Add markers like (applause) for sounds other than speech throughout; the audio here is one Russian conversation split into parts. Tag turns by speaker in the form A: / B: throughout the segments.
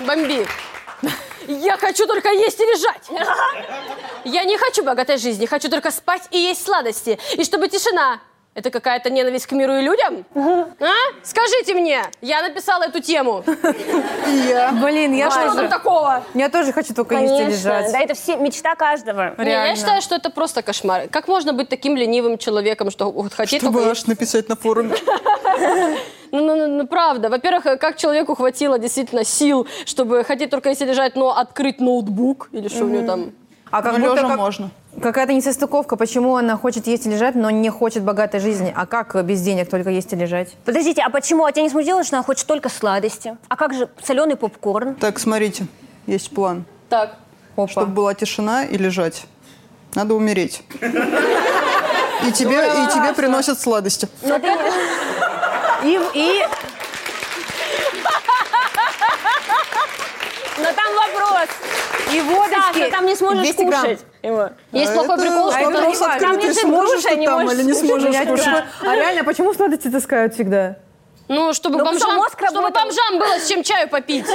A: бомби. Я хочу только есть и лежать. Я не хочу богатой жизни, хочу только спать и есть сладости. И чтобы тишина. Это какая-то ненависть к миру и людям? А? Скажите мне, я написала эту тему.
B: Блин, я
A: Что
B: тоже,
A: там такого?
B: я тоже хочу только есть и
C: Конечно,
B: лежать.
C: да, это все мечта каждого.
A: Не, я
B: Реально.
A: считаю, что это просто кошмар. Как можно быть таким ленивым человеком, что вот хотеть
D: Чтобы
A: только-
D: аж написать на форуме.
A: Ну, ну, ну, ну, правда. Во-первых, как человеку хватило действительно сил, чтобы хотеть только если лежать, но открыть ноутбук или что у него там.
B: А как
D: Ну,
B: будто
D: лежа
B: как-
D: можно.
B: Какая-то несостыковка, почему она хочет есть и лежать, но не хочет богатой жизни. А как без денег только есть и лежать?
C: Подождите, а почему? А тебя не смутило, что она хочет только сладости? А как же соленый попкорн?
D: (laughs) Так, смотрите, есть план.
A: Так.
B: Опа.
D: Чтобы была тишина и лежать. Надо умереть. И тебе, и тебе приносят сладости.
C: Ну, ты не-
B: И, и
C: (laughs) Но там вопрос.
B: И водочки.
C: Саша, там не сможешь
B: 200 грамм.
C: кушать. его.
A: Есть
D: А
A: плохой
D: это
A: прикол, что
B: это
A: там-
D: вопрос
B: там
D: открытый,
C: лежит
D: сможешь
C: груша,
D: ты
C: не
D: там
C: можешь
D: или не
C: слушать,
D: сможешь
C: блядь,
D: кушать.
C: да.
B: (laughs) А реально, почему сладости таскают всегда?
A: Ну, чтобы,
C: Ну, потому что
A: бомжам,
C: мозг
A: чтобы
C: работал.
A: бомжам было с чем чаю попить.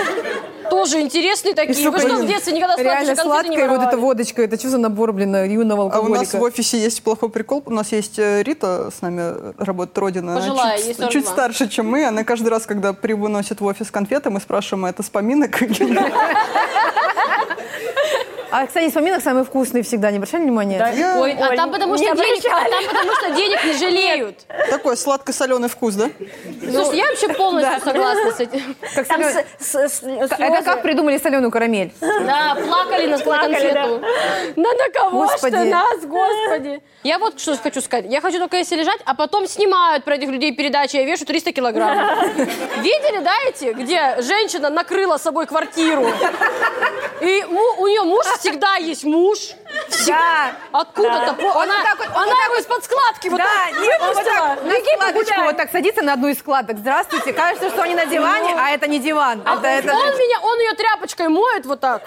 A: Тоже интересные такие. Вы
B: сука,
A: что, в
B: не-
A: детстве никогда сладкие
B: Реально
A: конфеты не
B: сладкая вот эта
A: воровали?
B: водочка, это что за набор, блин, юного
D: А у
B: алкоголика?
D: нас в офисе есть плохой прикол. У нас есть э, Рита, с нами работает Родина. Она
A: Пожилая,
D: чуть,
A: ей 42.
D: чуть старше, чем мы. Она каждый раз, когда приносит в офис конфеты, мы спрашиваем, а это с поминок или нет?
B: А, кстати, из поминок самый вкусный всегда, не обращали внимания?
A: Ой, а там потому что
C: Не
A: денег, а
C: обращали.
A: там потому что денег не жалеют.
D: Такой сладко-соленый вкус, да?
A: Слушай, я вообще полностью согласна с этим.
B: Как
C: Там
B: солё-
C: с- с- с-
B: Это как
C: слезы.
B: придумали соленую карамель?
A: Да, плакали на, на
C: Плакали,
A: конфету. Да на кого ж ты
B: Господи.
A: нас, господи. Я вот что хочу сказать. Я хочу только если лежать, а потом снимают про этих людей передачи. Я вешу 300
B: (laughs)
A: килограммов. Видели, да, эти, где женщина накрыла собой квартиру? И му- у нее муж всегда есть муж.
B: Да,
A: Откуда-то? по-
B: Он
A: Она,
B: вот так вот- он
A: она
B: вот так
A: его из-под складки вот
B: да,
A: так
B: нет, он вот
A: выпустила.
B: так, на складочку вот так садится на одну из складок. Здравствуйте, кажется, что они на диване, а это не диван. Это- это- А
A: Он меня, он ее тряпочкой моет вот так.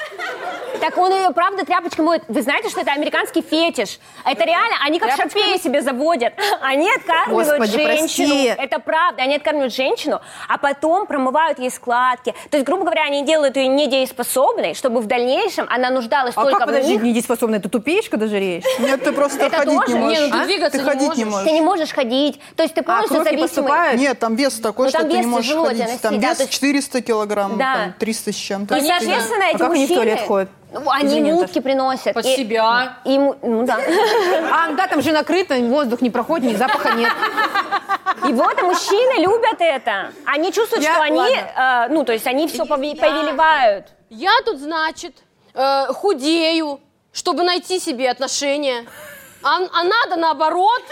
C: Так он ее, правда, тряпочкой моет. Вы знаете, что это американский фетиш? Это реально, они как
B: Тряпочками?
C: шарпеи себе заводят. (laughs) Они откармливают
B: Господи,
C: женщину.
B: прости.
C: Это правда, они откармливают женщину, а потом промывают ей складки. То есть, грубо говоря, они делают ее недееспособной, чтобы в дальнейшем она нуждалась
B: А
C: только
B: как,
C: в
B: подожди,
C: них.
B: недееспособная, ты тупеешь, когда жиреешь?
D: Нет, ты просто
C: Это
D: ходить не
C: тоже? Не, ну
D: можешь.
A: ты
D: А?
A: двигаться
D: Ты
A: не
D: ходить не
A: можешь.
D: можешь.
C: Ты не можешь ходить. То есть ты
B: А,
C: полностью
B: кровь не
C: зависимый.
B: поступает?
D: Нет, там вес такой,
C: Ну,
D: что
C: там
D: ты
C: вес
D: не можешь
C: тяжело
D: ходить.
C: доносить,
D: Там
C: да,
D: вес
C: то есть-
D: 400 килограмм,
C: Да.
D: там 300 с чем-то.
C: И, соответственно, эти
B: А как они в
C: мужчины,
B: туалет ходят?
C: Ну, они
B: Извини,
C: мутки приносят.
A: Под
C: И-
A: себя.
C: и му- ну да.
B: А, ну да, там же накрыто, воздух не проходит, ни запаха нет.
C: И вот и мужчины любят это. Они чувствуют,
B: Я-
C: что они,
B: ладно.
C: э, ну, то есть они все повелевают.
A: Я тут, значит, э, худею, чтобы найти себе отношения. А, а надо наоборот.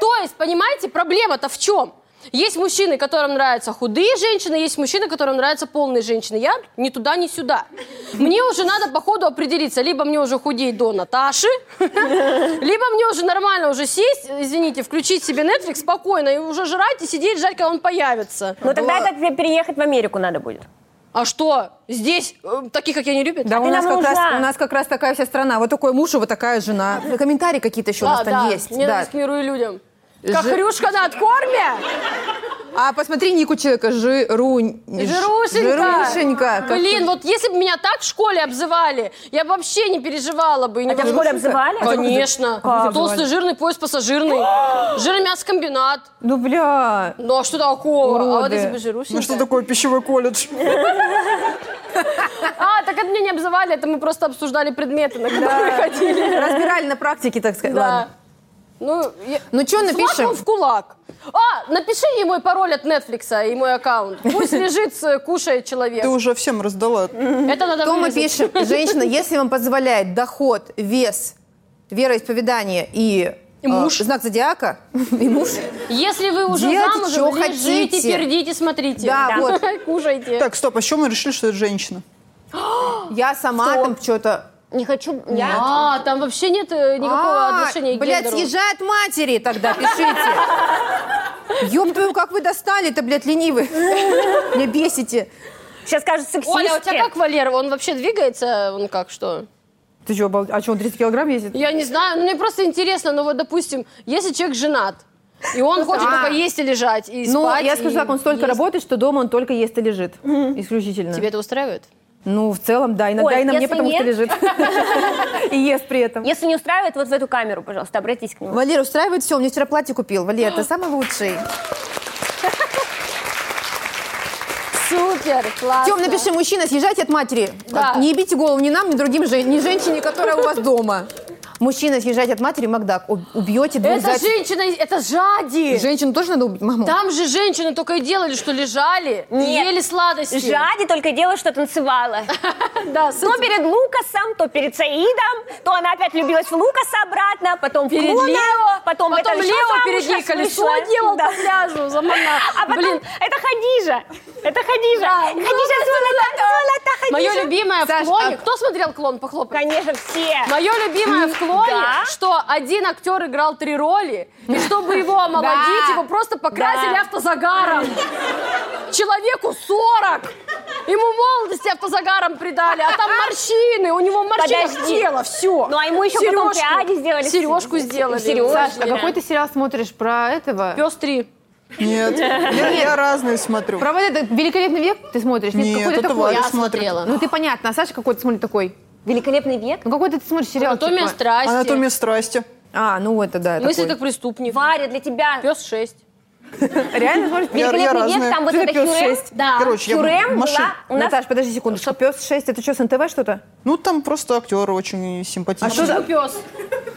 A: То есть, понимаете, проблема-то в чем? Есть мужчины, которым нравятся худые женщины, есть мужчины, которым нравятся полные женщины. Я ни туда, ни сюда. Мне уже надо по ходу определиться, либо мне уже худеть до Наташи, либо мне уже нормально уже сесть, извините, включить себе Netflix спокойно и уже жрать и сидеть ждать, когда он появится.
C: Ну, тогда это тебе переехать в Америку надо будет.
A: А что, здесь э, таких, как я, не любят?
B: Да,
C: ты
B: у нас,
C: нам
B: как раз,
C: нужна.
B: у нас как раз такая вся страна. Вот такой муж и вот такая жена. Комментарии какие-то еще у нас
A: А,
B: там
A: да,
B: есть. Да.
A: ненависть к миру и людям. Как
B: Жи-
A: хрюшка на откорме?
B: А посмотри нику человека. Жирунь.
A: Жирушенька.
B: Жирушенька. Как-
A: Блин, вот если бы меня так в школе обзывали, я бы вообще не переживала бы. и не
C: тебя в школе обзывали?
A: Конечно.
B: А как
A: Толстый
B: обзывали?
A: жирный поезд пассажирный. Жирный мясокомбинат.
B: Ну, бля.
A: Ну а что такого? А вот
B: Уроды.
A: если бы
D: Ну что
A: жирушенька.
D: такое пищевой колледж?
A: А, так это меня не обзывали, это мы просто обсуждали предметы, на которые ходили.
B: Разбирали на практике, так сказать.
A: Да.
B: Ладно.
A: Ну, я-
B: Ну, чё
A: с
B: напишем?
A: лаком в кулак. А, напиши ей мой пароль от Netflix и мой аккаунт. Пусть лежит, с- кушает человек.
D: Ты уже всем раздала.
A: Это надо
B: Тома
A: вырезать.
B: пишет, женщина, если вам позволяет доход, вес, вероисповедание и,
A: И муж. Типа,
B: э, знак зодиака, (laughs) и муж,
A: Если вы уже
B: Делайте, чё
A: замужем, лежите,
B: хотите.
A: пердите, смотрите.
B: Да, вот.
A: (laughs) Кушайте.
D: Так, стоп, а с чего мы решили, что это женщина?
B: я сама там что-то...
C: Не хочу... Я...
A: А, там вообще нет э, никакого
B: А,
A: отношения к
B: Блядь,
A: гендеру.
B: съезжай от матери тогда, пишите. Ёб твою, как вы достали-то, блядь, ленивый. Меня бесите.
C: Сейчас скажут сексистки.
A: Оля, а у тебя как Валера? Он вообще двигается? Он как, что?
B: Ты что, А что, он 30 килограмм весит?
A: Я не знаю, ну, мне просто интересно, ну вот, допустим, если человек женат, И он хочет
B: (laughs) А.
A: только есть и лежать, и
B: Ну,
A: спать,
B: я скажу
A: и
B: так, он столько
A: есть.
B: работает, что дома он только ест и лежит. Исключительно.
A: Тебе это устраивает?
B: Ну, в целом, да. Иногда
C: Оль,
B: и на мне,
C: если
B: потому что
C: нет-
B: лежит. (laughs) И ест при этом.
C: Если не устраивает, вот в эту камеру, пожалуйста, обратись к нему.
B: Валера, устраивает все. Он мне вчера платье купил. Валер, ты самый лучший.
A: Супер, классно.
B: Тем, напиши, мужчина, съезжайте от матери.
A: Да.
B: Не бейте голову ни нам, ни другим, жен- ни женщине, которая у вас дома. Мужчина, съезжайте от матери, Макдак. Уб- Убьете двух
A: Это
B: зайцев.
A: женщина, это жади.
B: Женщину тоже надо убить, маму?
A: Там же женщины только и делали, что лежали, и
C: Нет.
A: ели сладости. Ну,
C: Жади только дело, что танцевала.
A: Да, с
C: То
A: этим-
C: перед Лукасом, то перед Саидом, то она опять влюбилась в Лукаса обратно, потом в
A: перед
C: Клуна,
A: Лео,
C: потом, это
A: потом
C: ещё
A: Лео
C: замуж
A: перед ней
C: вышла.
A: колесо делал
C: Да.
A: по пляжу за монах.
C: (laughs) А потом,
A: Блин,
C: это Хадижа. Это Хадижа.
A: Да,
C: Хадижа Зулата, Зулата, Хадижа.
A: мое любимое в
B: Саш,
A: клоне.
B: а-
A: Кто смотрел клон? Похлопай.
C: Конечно, все.
A: Мое любимое в клоне,
C: Да.
A: что один актер играл три роли, и чтобы его омолодить,
B: Да.
A: его просто покрасили
C: Да.
A: автозагаром. Человеку 40. Ему молодости автозагаром придали, а там морщины, у него морщина
C: Подожди.
A: тело, все.
C: Ну, а ему еще потом пряди сделали.
A: Сережку сделали.
C: Сережки.
B: А какой ты сериал смотришь про этого?
A: Пес 3.
D: Нет, я, я разные смотрю.
B: Про вот этот великолепный век ты смотришь?
D: Нет,
B: какой-то
D: это
B: такой.
D: Валя
A: Я
D: смотрит.
A: смотрела.
B: Ну ты понятно, а Саша какой-то смотрит такой.
C: Великолепный век.
B: Ну какой-то ты смотришь сериал.
A: Анатомия
B: типа-
A: страсти.
D: Анатомия страсти.
B: А, ну это да.
A: Мысли
B: такой.
A: как преступник.
C: Варя, для тебя.
A: Пес 6.
B: Реально смотришь?
D: Я- я
C: Великолепный век,
D: разная.
C: там вот
D: Ты
C: это
D: пёс
C: Хюррем.
D: шесть.
A: Да.
D: Короче, я
C: Хюррем
D: маши-
C: была у нас...
B: Наташ, подожди секунду. Пес 6, это что, с НТВ что-то?
D: Ну, там просто актеры очень симпатичные.
A: Почему пес?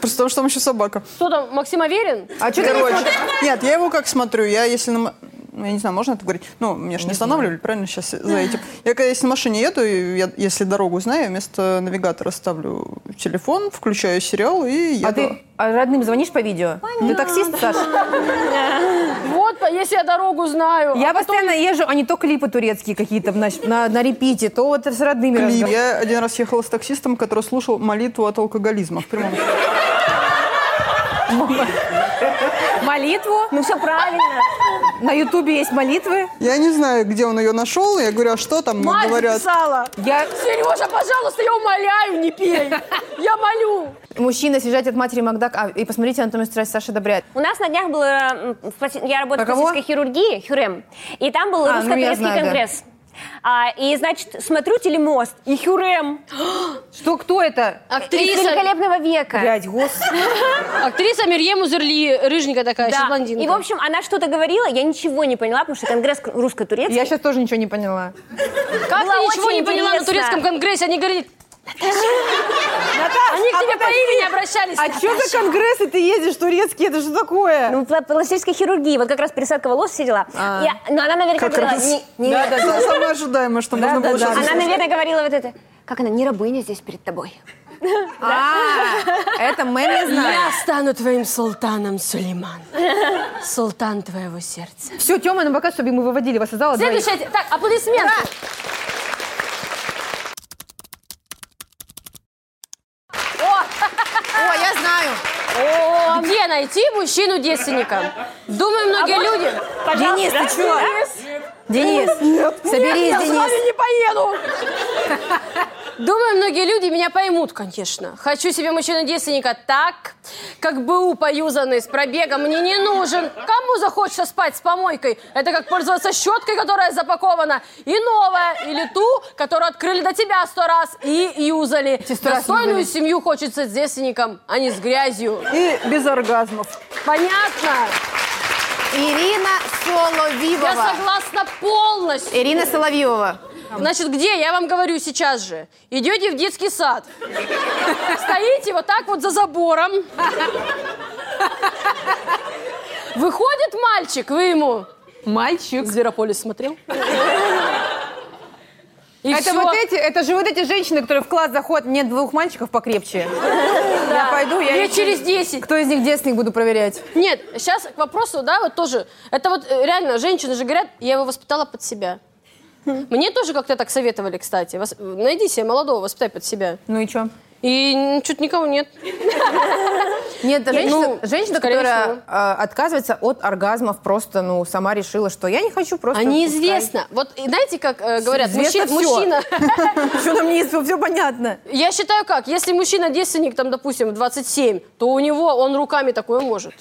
D: Просто потому, что там еще собака.
A: Что там, Максим Аверин?
B: А что ты не
D: Короче,
B: смотришь?
D: нет, я его как смотрю, я если на... м- ну, Я не знаю, можно это говорить? Ну, меня же не останавливали, правильно, сейчас за этим. Я когда если на машине еду, и я, если дорогу знаю, вместо навигатора ставлю телефон, включаю сериал и еду.
B: А ты а родным звонишь по видео? Ты таксист, Саша?
A: Вот, если я дорогу знаю.
B: Я постоянно езжу, а не то клипы турецкие какие-то на, на, на репите, то вот с родными
D: Клип.
B: разговариваю.
D: Я один раз ехала с таксистом, который слушал молитву от алкоголизма. В прямом.
B: Молитву.
C: Ну все правильно.
B: На ютубе есть молитвы.
D: Я не знаю, где он ее нашел. Я говорю, а что там? Ну,
A: Мать
D: говорят,
A: записала.
B: Я...
A: Сережа, пожалуйста, я умоляю, не пей. Я молю.
B: Мужчина съезжать от матери Макдак. А, и посмотрите «Анатомию страсти» Саша Добряет.
C: У нас на днях было... м, в пласти- Я работаю в
B: Каково?
C: пластической хирургии, Хюрем. И там был
B: А, ну, я
C: русско-турецкий
B: знаю, да.
C: конгресс. А, и, значит, смотрю телемост, и Хюрем
B: Что, кто это?
C: из «Великолепного века».
B: Блядь, господи.
A: актриса Мерье Музерли, рыженькая такая,
C: Да.
A: сейчас блондинка.
C: И, в общем, она что-то говорила, я ничего не поняла, потому что конгресс к- русско-турецкий.
B: Я сейчас тоже ничего не поняла.
A: как ты
C: было
A: ничего
C: очень
A: не поняла на
C: интересно.
A: турецком конгрессе? Они говорят,
B: Наташа,
A: они к
B: а
A: тебе по
B: подожди,
A: имени обращались.
B: А что за конгрессы ты ездишь турецкие? Это что такое?
C: Ну, пла- пластической хирургии, вот как раз пересадка волос, все дела. Я- но она, наверное,
D: Как
C: говорила...
D: раз.
C: не- не-
B: А. Да, да, да.
D: Самое ожидаемое, что можно
B: Да-да-да.
D: было сейчас
C: Она,
D: услышать.
C: наверное, говорила вот это. Как она, не рабыня здесь перед тобой.
B: А, это мы не знаем.
A: Я стану твоим султаном, Сулейман. Султан твоего сердца.
B: Все, Тёма, нам пока, чтобы мы выводили вас из зала. двоих.
A: Следующая... те- Так, аплодисменты.
B: О, я знаю.
A: Где найти мужчину-девственника? Думаю, многие люди...
B: Денис, ты чё? Денис, соберись,
A: Нет, я с
B: Денис.
A: вами не поеду. (laughs) Думаю, многие люди меня поймут, конечно. Хочу себе мужчину-девственника так, как БУ поюзанный, с пробегом, мне не нужен. Кому захочется спать с помойкой? Это как пользоваться щеткой, которая запакована, и новая, или ту, которую открыли до тебя сто раз и юзали.
B: сто раз
A: Достойную
B: юзали.
A: семью хочется с девственником, а не с грязью.
D: И без оргазмов.
A: Понятно?
B: Ирина
A: Я
B: Соловьева.
A: согласна полностью.
B: Ирина Соловьева.
A: Значит, где? Я вам говорю сейчас же. Идете в детский сад. Стоите вот так вот за забором. Выходит мальчик, вы ему... Мальчик. Зверополис смотрел. И
B: Это
A: всё.
B: вот эти, это же вот эти женщины, которые в класс заходят, нет двух мальчиков покрепче. Я пойду, Ну, я
A: Лет
B: не-
A: через 10.
B: Кто из них девственник буду проверять?
A: Нет, сейчас к вопросу, да, вот тоже. Это вот э, реально, женщины же говорят, я его воспитала под себя.
B: Хм.
A: Мне тоже как-то так советовали, кстати. Вос- э, Найди себе молодого, воспитай под себя.
B: Ну и что?
A: И чуть никого нет.
B: Нет, это
A: Я-
B: женщина,
A: ну,
B: женщина,
A: скорее
B: которая
A: всего.
B: э, отказывается от оргазмов, просто, ну, сама решила, что я не хочу просто.
A: А
B: отпускай. (laughs)
A: неизвестно. Вот и знаете, как э, говорят,
B: Известно
A: мужчина,
B: всё.
A: мужчина. (laughs)
B: Что нам неизвестно? Все понятно.
A: Я считаю как, если мужчина девственник, там, допустим, в 27, то у него он руками такое может.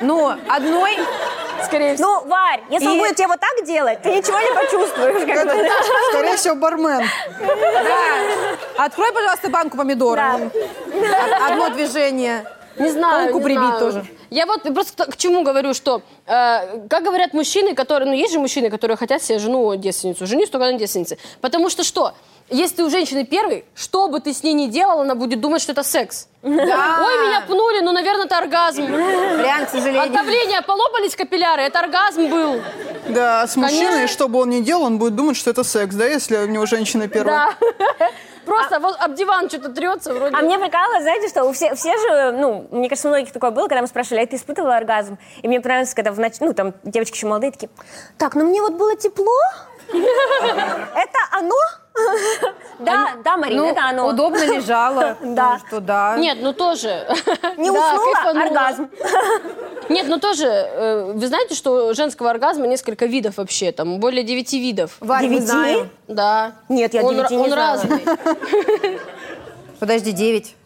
B: Но Ну, одной...
A: Скорее всего.
C: Ну, Варь, если он
B: И-
C: будет тебе вот так делать, ты ничего не почувствуешь. как бы.
D: Скорее всего, бармен.
B: Да. Открой, пожалуйста, банку помидоров.
C: Да.
B: Од- Одно движение.
A: Не знаю,
B: Руку
A: не
B: прибить
A: знаю.
B: тоже.
A: Я вот просто к чему говорю, что, э, как говорят мужчины, которые, ну, есть же мужчины, которые хотят себе жену-девственницу. Женюсь только на девственнице. Потому что что? Если ты у женщины первый, что бы ты с ней ни делала, она будет думать, что это секс.
B: Да.
A: Ой, меня пнули, ну, наверное, это оргазм.
B: Вариант, к
A: От
B: сожалению.
A: давления полопались капилляры, это оргазм был.
D: Да, с мужчиной,
A: Конечно.
D: что бы он ни делал, он будет думать, что это секс, да, если у него женщина первая.
A: Да. (laughs) Просто вот об диван что-то трется вроде.
C: А мне прикалывало, знаете, что у все, все же, ну, мне кажется, у многих такое было, когда мы спрашивали, а ты испытывала оргазм? И мне понравилось, когда в нач- ну, там, девочки еще молодые, такие, так, ну мне вот было тепло, (laughs) это оно? (laughs) Да, да, Марина, это оно.
B: Ну, удобно
C: (laughs)
B: лежала.
C: Да.
B: потому Что, да.
A: (laughs) Нет, ну тоже.
C: Не
A: Да,
B: ну,
C: уснула,
A: кайфанула.
C: оргазм.
A: Нет, ну тоже, э, вы знаете, что женского оргазма несколько видов вообще, там более девяти видов.
B: Варь, мы
C: Девяти?
B: знаем.
A: Да.
C: Нет, я
A: он,
C: девяти
A: ра-
C: не
A: он
C: знала.
A: разный.
B: Подожди, девять.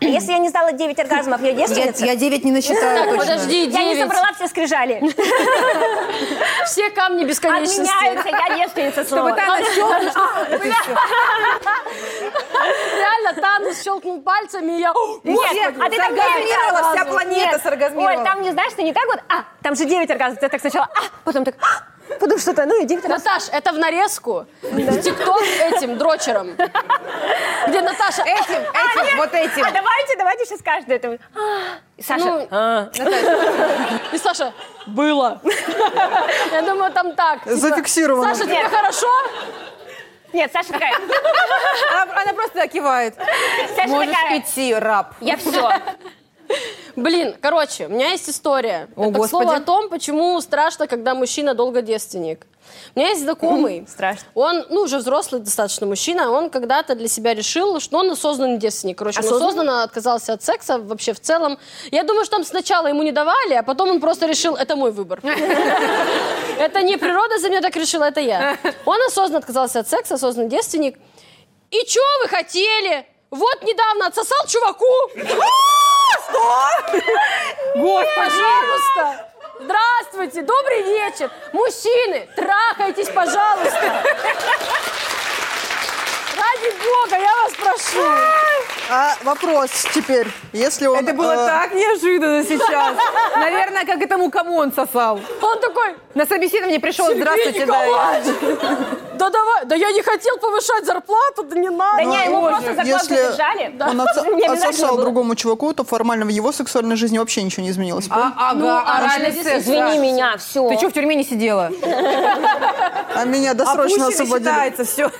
C: Если я не знала 9 оргазмов, я
B: Я,
C: девственница?
B: я девять не насчитаю
A: Так,
B: точно.
A: подожди,
C: Я не
A: девять.
C: собрала
B: (laughs)
C: все скрижали.
A: Все камни бесконечности.
C: Отменяются, я девственница
B: Чтобы
C: снова.
B: Тана щелкнула, что- вот и всё.
A: (laughs) Реально, Танус щелкнул пальцами, и я... «О,
C: Нет,
B: Господи,
C: а ты так
B: соргазмировала,
C: девять
B: вся
C: оргазмов.
B: планета
C: Нет.
B: соргазмировала.
C: Оль, там не знаешь, ты не так вот, а, там же 9 оргазмов, ты так сначала, а, потом так, а, потом что-то, ну и 9 оргазмов.
A: Наташ, это в нарезку. В тикток этим дрочером. Где Наташа... «А,
B: Этим, этим, вот
C: (laughs)
B: этим.
C: А давайте, давайте сейчас каждый это. А, И Саша.
A: Ну, И Саша, было. Я думаю, там так. типа,
D: Зафиксировано.
A: Саша, тебе
C: Нет.
A: хорошо?
C: Нет, Саша (laughs) такая.
B: Она, она просто кивает.
C: Саша
B: Можешь
C: такая.
B: идти, раб.
C: Я все.
A: Блин, короче, у меня есть история.
B: О,
A: это, к слову,
B: Господи.
A: о том, почему страшно, когда мужчина долго девственник. У меня есть знакомый.
C: Страшно.
A: Он, ну, уже взрослый достаточно мужчина, он когда-то для себя решил, что он осознанный девственник. Короче, он
C: Осознанный?
A: осознанно отказался от секса вообще в целом. Я думаю, что там сначала ему не давали, а потом он просто решил, это мой
C: (laughs)
A: выбор. Это не природа за меня так решила, это я. Он осознанно отказался от секса, осознанный девственник. И чё вы хотели? Вот недавно отсосал чуваку. Пожалуйста. Здравствуйте, добрый вечер. Мужчины, трахайтесь, пожалуйста. Ради бога, я вас прошу.
D: А вопрос теперь, если он...
B: Это было
D: э,
B: так неожиданно сейчас. (laughs) Наверное, как этому кому он сосал.
A: Он такой,
B: На собеседование пришел,
A: Сергей
B: здравствуйте, да.
A: Николаевич, да давай, да я не хотел повышать зарплату, да не надо.
C: Да не, ему просто зарплату
D: Ну, Если
C: задержали.
B: (laughs)
D: он отса-
C: (laughs) Мне обязательно
D: отсосал
C: было.
D: другому чуваку, то формально в его сексуальной жизни вообще ничего не изменилось. правильно?
B: А,
C: Ну,
B: ага, оральный
A: здесь
B: секс, да.
C: Извини меня, все.
B: Ты что, в тюрьме не сидела?
D: А меня досрочно
B: Опущенный
D: освободили.
B: считается, все.
D: А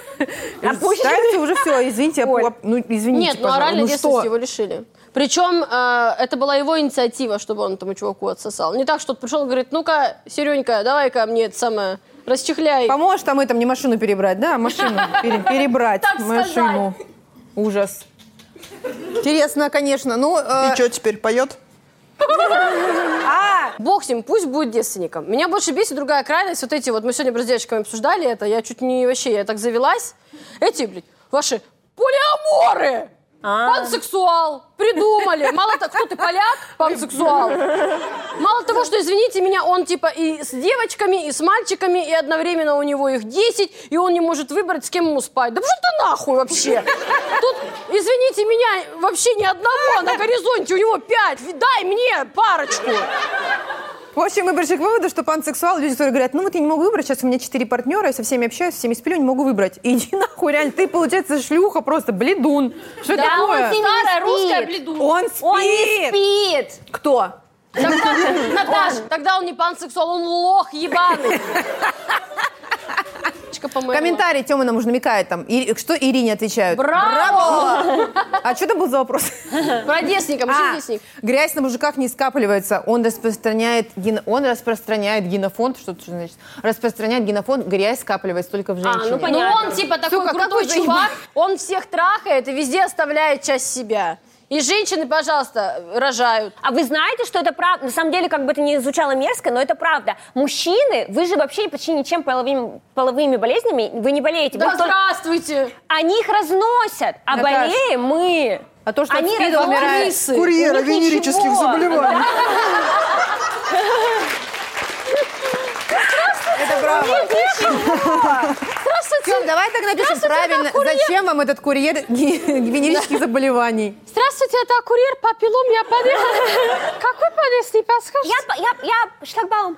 C: Опущенный?
B: Считается Э, уже
D: (laughs)
B: все, извините. опу-
C: Оль.
B: оп- Ну, извините,
A: Нет, ну оральной
B: пожалуйста. Ну
A: девственности
B: что?
A: его лишили. Причем э, это была его инициатива, чтобы он этому чуваку отсосал. Не так, что он пришел и говорит, ну-ка, Серенька, давай-ка мне это самое, расчехляй.
B: Поможешь там этом не машину перебрать, да? Машину пере- перебрать.
A: Так сказать.
B: Машину. Ужас. Интересно, конечно. Ну, э,
D: И что теперь, поет?
B: а,
A: Бог с ним, пусть будет девственником. Меня больше бесит другая крайность. Вот эти вот, мы сегодня просто с девочками обсуждали это, я чуть не вообще, я так завелась. Эти, блядь, ваши полиаморы! Пансексуал! Придумали! Мало того, кто ты, поляк? Пансексуал! Мало того, что, извините меня, он типа и с девочками, и с мальчиками, и одновременно у него их 10, и он не может выбрать, с кем ему спать. Да пошел ты нахуй вообще! Тут, извините меня, вообще ни одного на горизонте, у него 5. Дай мне парочку!
B: В общем, мы пришли к выводу, что пансексуалы, люди, которые говорят, ну вот я не могу выбрать, сейчас у меня четыре партнера, я со всеми общаюсь, со всеми сплю, не могу выбрать. (laughs) Иди нахуй, реально, ты, получается, шлюха просто, бледун. Что
C: Да,
B: такое?
C: он с ними
A: Старая
C: спит.
A: русская бледуха.
B: Он спит.
C: Он не спит.
B: Кто?
A: (laughs) Тогда, Наташа, тогда он не пансексуал, он лох ебаный. Чка, по-моему.
B: Комментарий Тёма нам уже намекает там. И- что Ирине отвечают?
A: Браво!
B: А что там был за вопрос?
A: Про девственника, мужчина
B: А,
A: девственник.
B: грязь на мужиках не скапливается. Он распространяет, ген- он распространяет генофонд. Что это значит? Распространяет генофонд, грязь скапливается только в женщине.
C: ну
A: Ну
C: Понятно.
A: он типа такой
B: Сука,
A: крутой
B: какой
A: чувак, он всех трахает и везде оставляет часть себя. И женщины, пожалуйста, рожают.
C: А вы знаете, что это правда? На самом деле, как бы это ни звучало мерзко, но это правда. Мужчины, вы же вообще почти ничем половыми, половыми болезнями вы не болеете.
A: Да
C: Вы только-
A: здравствуйте!
C: Они их разносят, а
B: Наташ,
C: болеем мы.
B: а то, что от
C: они
B: СПИДа
C: разносят-
B: умирает
A: Крысы.
D: Курьера
C: у них
D: венерических
C: ничего.
D: заболеваний.
A: Здравствуйте.
B: Тём, давай так напишем
A: Здравствуйте,
B: правильно.
A: это курьер.
B: Зачем вам этот курьер (laughs) ге- венерических заболеваний?
A: Здравствуйте, это курьер по пилу меня (laughs) подъезд. Какой подъезд, не подскажешь?
C: Я, я, я шлагбаум.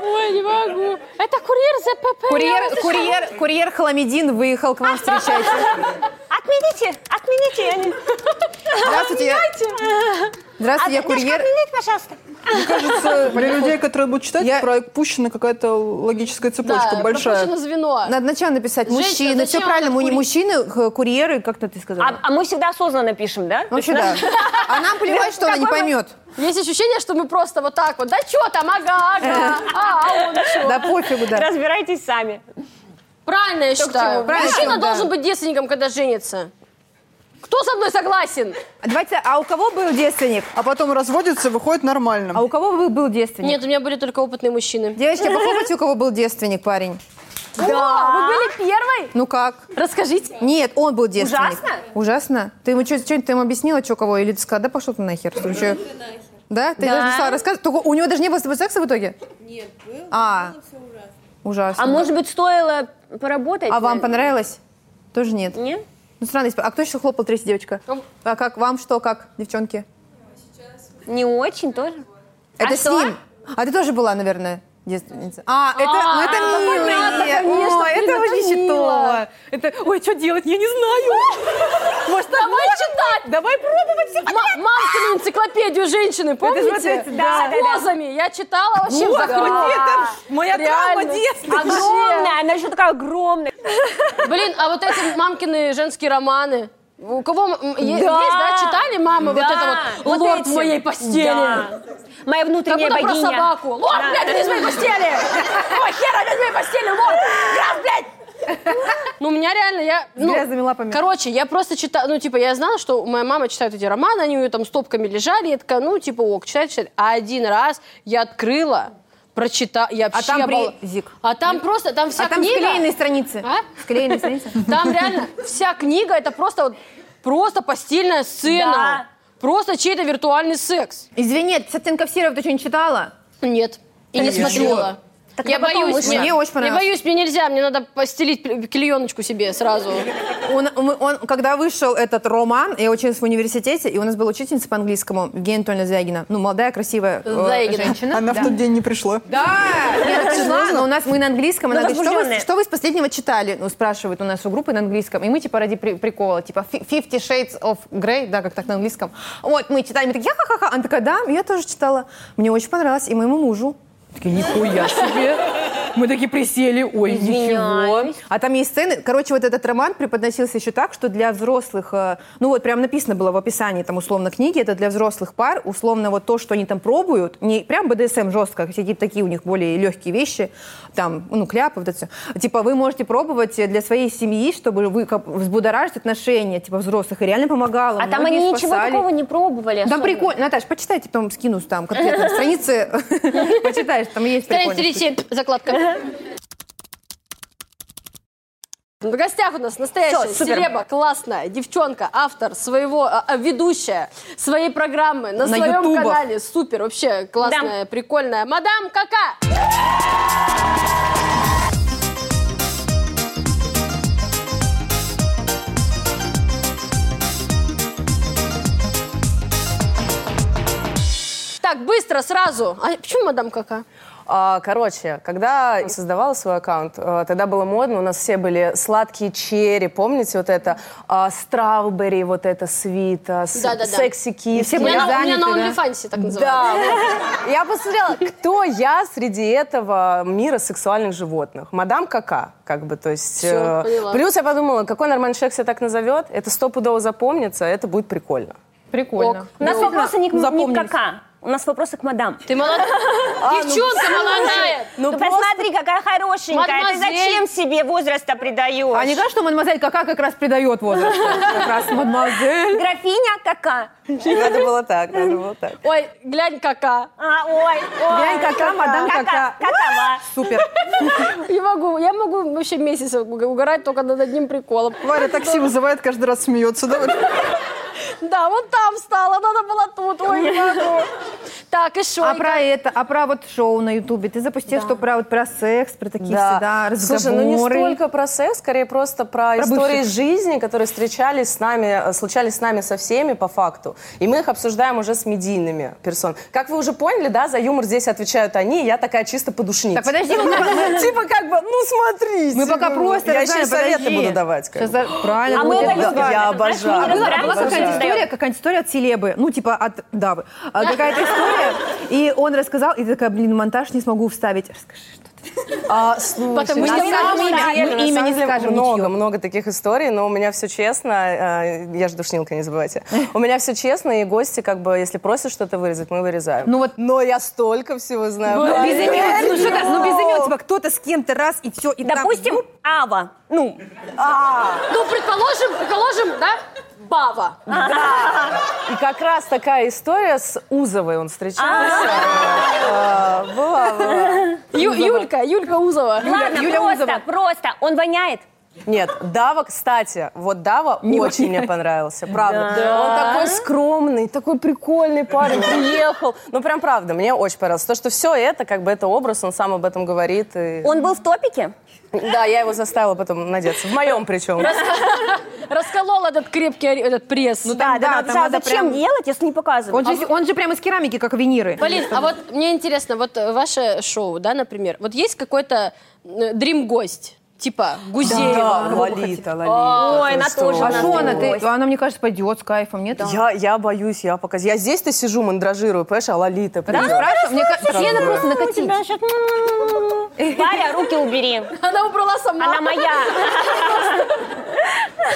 A: Ой, не могу. Это курьер ЗПП. Я
B: Курьер,
A: вас
B: курьер, курьер хламидин выехал к
A: (laughs)
B: вам встречать.
C: Отмените, отмените. Я не...
B: Здравствуйте, я,
A: А
B: здравствуйте, я
C: Отмените,
B: курьер.
C: Отмените, пожалуйста.
B: (laughs)
D: Кажется, для людей, которые будут читать,
B: Я-
D: пропущена какая-то логическая
A: Да,
D: цепочка большая.
A: пропущено звено.
B: Надо сначала написать
A: Женщина,
B: мужчины. Все
A: зачем
B: правильно,
A: вам
B: му-
A: курить?
B: мужчины, х- курьеры, как-то ты
C: А,
B: сказала. Ну,
C: а мы всегда осознанно пишем, да?
B: Вообще да. А нам плевать, что она не
C: Какой вы-
B: поймет.
A: Есть ощущение, что мы просто вот так вот. Да что там, ага, ага. А, а он чё?
B: Да пофигу, да.
C: Разбирайтесь сами.
A: Правильно, я считаю.
B: чему? Правильно,
A: Мужчина
B: Тём, да.
A: должен быть девственником, когда женится. Кто со мной согласен?
B: А Давайте, а у кого был девственник?
D: А потом разводится, выходит
B: А
D: нормально.
B: у кого был- был девственник?
A: Нет, у меня были только опытные мужчины.
B: Девочки, а похлопайте, у кого был девственник, парень.
A: Да. О, вы были первой?
B: Ну как?
A: Расскажите.
B: Нет, он был девственник.
C: Ужасно?
B: Ужасно? Ты ему что-нибудь ты ему объяснила, что кого? Или ты сказала, да пошел ты нахер. Ты чё? Да? Ты даже не стала рассказывать? Только у него даже не было с тобой секса в итоге?
E: Нет, было,
B: А.
E: было все ужасно.
B: Ужасно.
C: А может быть, стоило поработать?
B: А вам
C: над-
B: понравилось? Тоже нет.
C: Нет?
B: Ну, странно. если- А кто еще хлопал, третья девочка? А как? Вам что, как, девчонки?
C: Не очень тоже.
B: Это
C: А
B: с
C: что?
B: ним. А ты тоже была, наверное, девственница? А, это, ну, это
A: А, ну,
B: милые.
A: понятно, конечно,
B: Ой,
A: блин,
B: это
A: это
B: вообще
A: мило.
B: то. Это, ой, что делать? Я не знаю. Может,
A: Давай читать.
B: Давай пробовать все.
A: М- Мамкину энциклопедию женщины, помните?
B: смотрите, да,
A: С
B: да, да.
A: позами. Я читала вообще в
B: моя
A: Реально. А
C: Огромная, она еще такая огромная.
A: Блин, а вот эти мамкины женские романы. У кого м, е-
C: Да.
A: есть, да, читали мамы вот это вот? Лорд
C: эти.
A: в моей постели.
C: Да. Моя
A: Как
C: внутренняя
A: будто про
C: богиня.
A: собаку. Лорд,
C: Да.
A: блядь, из моей постели! Ой, хер, из моей постели, лорд! Граф, блядь! Ну, у меня реально, я... ну,
B: грязными лапами.
A: Короче, я просто читала, ну, типа, я знала, что моя мама читает эти романы, они у нее там стопками лежали, я такая, ну, типа, ок, читает, читает. А один раз я открыла, прочитала, я вообще
B: А там при-
A: обала-
B: Зик.
A: А там просто, там вся
B: А там
A: книга...
B: склеенные страницы.
A: А?
B: Склеенные страницы.
A: (laughs) Там реально вся книга, это просто вот, просто постельная сцена.
C: Да.
A: Просто чей-то виртуальный секс.
B: Извини, 50 оттенков серого ты что, не читала?
A: Нет, и не
D: Конечно.
A: смотрела.
C: Так
A: я
C: она потом
A: боюсь,
C: вышла.
A: мне,
B: Мне очень
A: я
B: понравилось.
A: боюсь, мне нельзя, мне надо постелить пл- клееночку себе сразу.
B: Он, мы- он- когда вышел этот роман, я училась в университете, и у нас была учительница по английскому, Евгения Анатольевна Звягина. Ну, молодая, красивая э,
A: Звягина.
B: женщина.
D: Она в тот день не пришла.
B: Ну, Да, я так пришла, но у нас мы на английском, она
C: Ну,
B: говорит, что вы,
C: возбужденные.
B: что вы из последнего читали? Ну, спрашивают у нас у группы на английском, и мы типа ради при- прикола, типа «Fi- Fifty Shades of Grey, да, как так на английском. Вот, мы читаем, мы такие, ха-ха-ха, она такая, да, я тоже читала. Мне очень понравилось, и моему мужу. Мы Такие, нихуя себе. Мы такие присели, ой, ничего.
C: Извиняюсь.
B: А там есть сцены, короче, вот этот роман преподносился еще так, что для взрослых, э, ну вот прям написано было в описании там условно книги, это для взрослых пар, условно вот то, что они там пробуют, не прям БДСМ жестко, хотя какие-то такие у них более легкие вещи, там, ну, кляпы, вот это все. Типа вы можете пробовать э, для своей семьи, чтобы вы как, взбудоражить отношения, типа взрослых, и реально помогало.
C: А там
B: многие
C: они ничего
B: спасали.
C: такого не пробовали.
B: Там
C: особенно.
B: прикольно. Наташ, почитайте, потом скину там конкретно страницы. (laughs) Почитаешь, там есть
A: Страница
B: прикольные
A: 37, закладка. В гостях у нас настоящая
C: Всё, супер.
A: селеба, классная девчонка, автор своего, а, а, ведущая своей программы на,
B: На
A: своем
B: ютубах.
A: канале. Супер, вообще классная, прикольная. Мадам Кака! Так, быстро, сразу. А почему мадам Кака?
F: А, Короче, когда я создавала свой аккаунт, а, тогда было модно, у нас все были сладкие черри, помните вот это? А, Страубери, вот это свита, с-
A: Да-да-да.
F: секси-киски.
B: все
A: У меня, на, у меня
B: заняты,
A: на
B: да?
A: OnlyFans так называется.
F: Да, вот. я посмотрела, кто я среди этого мира сексуальных животных. Мадам Кака, как бы, то есть...
A: Всё,
F: э,
A: поняла.
F: плюс я подумала, какой нормальный человек себя так назовет, это стопудово запомнится, это будет прикольно.
B: Прикольно.
C: У нас вопросы не к, не к
B: Запомнились.
C: кака. У нас вопросы к мадам.
A: Ты молодая. А, ну, Девчонка молодая.
F: Ну,
C: Ты
F: просто-
C: посмотри, какая хорошенькая. Ты
A: Мадемуазель.
C: зачем себе возраста придаешь?
B: А не кажется, что мадемуазель Кака как раз придает возраст? Как раз мадемуазель.
C: Графиня кака.
F: Надо было так, надо было так.
A: Ой, глянь, кака.
C: А, ой, ой.
B: Глянь, кака, мадам
C: Кака.
B: Кака.
C: Какова.
B: Супер.
A: Не могу, я могу вообще месяц уг- угорать только над одним приколом.
D: Варя такси вызывает, каждый раз смеется. Давай.
A: Да, вот там встала, надо было тут, ой, не могу. Так, и шо?
B: А
A: и
B: про это, а про вот шоу на Ютубе ты запустил, что про вот про секс, про такие всегда разговоры.
F: Слушай, ну не столько про секс, скорее просто про,
B: Про
F: истории
B: бывших.
F: жизни, которые встречались с нами, э, случались с нами со всеми по факту. И мы их обсуждаем уже с медийными персон. Как вы уже поняли, да, за юмор здесь отвечают они, я такая чисто подушница.
B: Так, подожди,
F: (laughs)
B: мы пока-
F: Типа как бы, ну смотрите.
B: Мы пока
F: ну,
B: просто
F: Я еще и
B: Розалия,
F: советы
B: подожди.
F: буду давать. как
B: Сейчас
F: бы.
B: за- Правильно.
C: А мы
B: будет.
C: это не
B: Да.
C: звали.
F: Я
C: Знаешь,
F: обожаю.
C: мы не
B: Была,
C: разбираемся,
B: была
C: обожаю.
B: какая-то история, какая-то история от Селебы, ну, типа от Давы. А, Какая-то история, и он рассказал, и ты такая, блин, монтаж не смогу вставить. Расскажи, что ты.
F: А, слушай,
A: Потому
F: на
A: что мы
F: самом
A: не
F: деле,
B: скажем,
F: на
B: мы имя
F: самом
B: не
F: деле
B: скажем,
F: Много,
B: ничьё.
F: много таких историй, но у меня все честно. э, Я же душнилка, не забывайте.
B: (laughs)
F: У меня все честно, и гости, как бы, если просят что-то вырезать, мы вырезаем.
B: Ну вот-
F: Но я столько всего знаю.
B: Ну, без имен, ну, что так, ну, без имен, типа, кто-то с кем-то раз, и все, и там.
C: Допустим, Ава. Ну,
A: Ну, предположим, предположим, да, Бава.
F: И как раз такая история с Узовой он встречался. Э, Была, была.
A: Ю- Юлька, Юлька Узова.
C: ладно,
B: Юля
C: просто,
B: Узова.
C: просто. Он воняет.
F: Нет, Дава, кстати, вот Дава очень мне понравился, правда. Он такой скромный, такой прикольный парень, приехал. Ну, прям правда, мне очень понравилось. То, что все это, как бы это образ, он сам об этом говорит. и-
C: Он был в топике?
F: Да, я его заставила потом надеться. В моем причем.
A: Расколол этот крепкий ори- этот пресс.
B: да,
C: Да, да,
B: Ну, там
C: да. А
B: надо
C: Зачем
B: прям-
C: делать, если не показывать?
A: А
B: Он же, он же прям из керамики, как виниры.
A: Полин, а вот мне интересно, вот э, ваше шоу, да, например, вот есть какой-то э, дрим-гость, типа Гузеева?
F: Да, Лолита, Лолита.
C: Ой,
F: ты
C: она
F: что?
C: тоже
B: А
C: у нас
B: что она,
C: другой.
B: ты, она, мне кажется, пойдет с кайфом, нет?
F: Я, я боюсь, я пока... Я здесь-то сижу, мандражирую, понимаешь, а Лолита...
B: Да,
F: придет.
B: ну, хорошо, мне кажется, Лена просто
C: А, У
B: накатит.
C: тебя щас- Варя, руки убери.
A: Она убрала сама.
C: Она моя.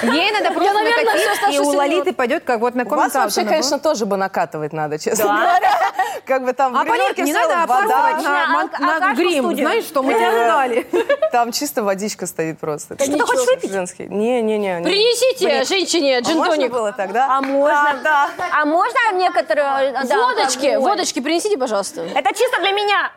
B: Ей надо просто
A: наверное, всё
B: накатить,
A: Сашу
B: и у
A: Селёбу.
B: Лолиты пойдет, как вот на
F: У вас
B: комментах.
F: вообще, конечно, тоже бы накатывать надо, честно говоря. (laughs) Как бы там
B: А,
F: в грелке
B: Полин, не
F: в целом
B: надо
F: вода.
B: опаздывать на,
C: Отлично,
B: мон-
C: а-
B: на
C: Акашку в
B: грим.
C: студию.
B: Знаешь, что мы
A: (laughs)
B: тебя ждали.
F: (laughs) Там чисто водичка стоит просто.
A: ты хочешь
F: выпить? Женский. Не-не-не. А
A: Принесите женщине
F: Ну, Можно
A: джин-тоник.
F: было так, да?
C: А можно?
F: Да, да.
C: А можно некоторые... да,
A: водочки,
C: алкоголь?
A: водочки принесите, пожалуйста.
C: Это чисто для меня.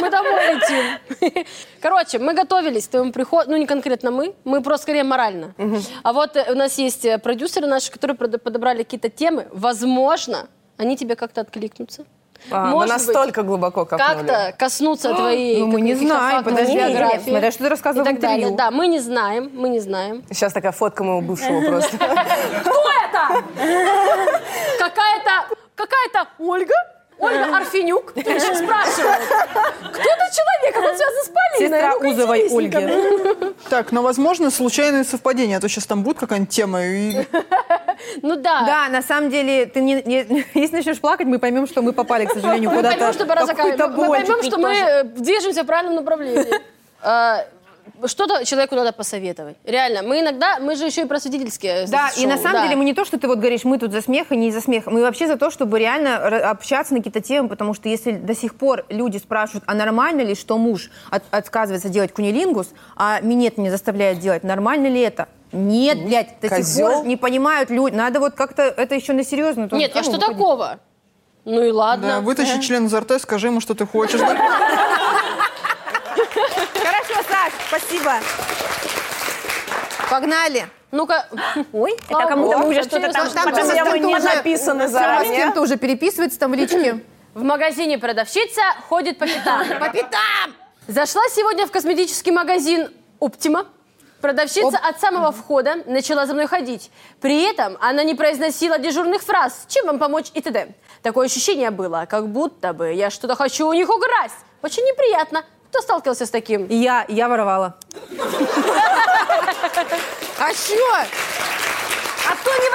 A: Мы домой летим. (laughs) Короче, мы готовились к твоему приходу, ну не конкретно мы, мы просто скорее морально. А вот э, у нас есть э, продюсеры наши, которые прод- подобрали какие-то темы. Возможно, они тебе как-то откликнутся.
F: А, мы
A: Может быть,
F: настолько глубоко копнули.
A: как-то коснуться твоей
B: Ну, мы не
A: каких-то
B: знаем,
A: фактов,
B: подожди,
A: биографии
B: Галь, смотря что ты рассказывала
A: и так
B: в интервью.
A: далее. Да, мы не знаем, мы не знаем.
F: Сейчас такая фотка моего бывшего просто.
A: Кто это? Какая-то, какая-то Ольга? Ольга Арфенюк? Ты сейчас спрашивает. Кто ты человек? Он связан с Полиной. Ну,
B: Сестра
A: Ну-ка,
B: Узовой
A: интересненько.
B: Ольги.
D: Так, но, возможно, случайные совпадения, а то сейчас там будет какая-нибудь тема, и
A: Ну да.
B: Да, на самом деле, ты не, не- (laughs) если начнешь плакать, мы поймем, что мы попали, к сожалению,
A: Мы
B: куда-то.
A: поймем, что пора
B: какой-то
A: заканчивать. Мы
B: бочек.
A: поймем, что мы э, движемся в правильном направлении. А, Что-то человеку надо посоветовать. Реально, мы иногда, мы же еще и просветительские э,
B: Да,
A: шоу,
B: и на самом
A: да.
B: деле мы не то, что ты вот говоришь, мы тут за смех и не за смех. Мы вообще за то, чтобы реально ра- общаться на какие-то темы, потому что если до сих пор люди спрашивают, а нормально ли, что муж от- отказывается делать кунилингус, а минет меня заставляет делать, нормально ли это? Нет, блядь, до сих
F: Козёл.
B: пор не понимают люди. Надо вот как-то это еще на серьезную тему
A: Нет, а что
B: выходить.
A: такого? Ну и ладно.
D: да, вытащи член изо рта и скажи ему, что ты хочешь.
B: Хорошо, Саш, спасибо. Погнали.
A: Ну-ка,
C: Ой,
A: Слава
C: это кому-то
A: богу,
C: уже что-то там...
A: интересно,
C: потом
B: там
C: я
B: кто-то
C: не
B: уже- Сама
F: написано
B: с
F: заранее.
B: кем-то уже переписывается там в (clears throat) личке.
A: в магазине продавщица ходит по пятам.
B: По пятам!
A: Зашла сегодня в косметический магазин «Оптима». Продавщица от самого входа начала за мной ходить. При этом она не произносила дежурных фраз «Чем вам помочь?» и т.д. Такое ощущение было, как будто бы я что-то хочу у них украсть. Очень неприятно. Кто сталкивался с таким? Ну,
B: И Я, я воровала. А что?
C: А кто не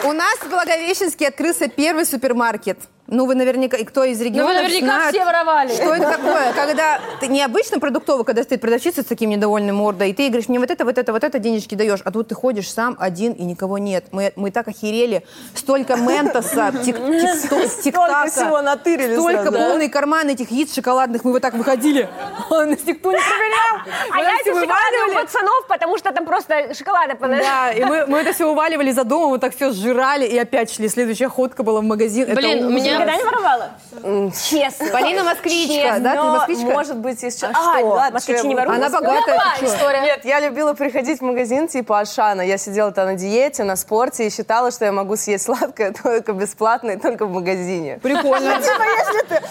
C: воровал?
B: У нас в Благовещенске открылся первый супермаркет. Ну, вы наверняка, и кто из регионов
A: наверняка
B: знают,
A: все воровали.
B: Что это такое? Когда ты необычно продуктовый, когда стоит продавщица с таким недовольным мордой, и ты ей говоришь, мне вот это, вот это, вот это денежки даешь, а тут ты ходишь сам один, и никого нет. Мы, мы так охерели. Столько ментоса, тик- тик- тик-така.
F: всего натырили
B: Столько
F: сразу, да?
B: полный карман этих яиц шоколадных. Мы вот так выходили. (laughs) А Нас никто не проверял.
C: А
B: Мы
C: я
B: все
C: эти
B: вываливали.
C: шоколадные у пацанов, потому что там просто шоколада подожди.
B: Да, и мы, мы это все уваливали за домом, вот так все сжирали, и опять шли. Следующая ходка была в магазин. Это
A: Блин, у
B: ужас.
A: меня
C: никогда не воровала? (laughs) Честно.
B: Полина москвичка, да? Ты
F: Но,
B: москвичка?
F: Может быть, есть что?
C: А, что?
F: ладно,
C: Москвичи
F: что я
C: не
F: буду-
C: воруют?
B: Она
C: Ну,
B: богатая. ты чё?
F: Нет, я любила приходить в магазин типа Ашана. Я сидела-то на диете, на спорте и считала, что я могу съесть сладкое (laughs) только бесплатно и только в магазине.
B: Прикольно.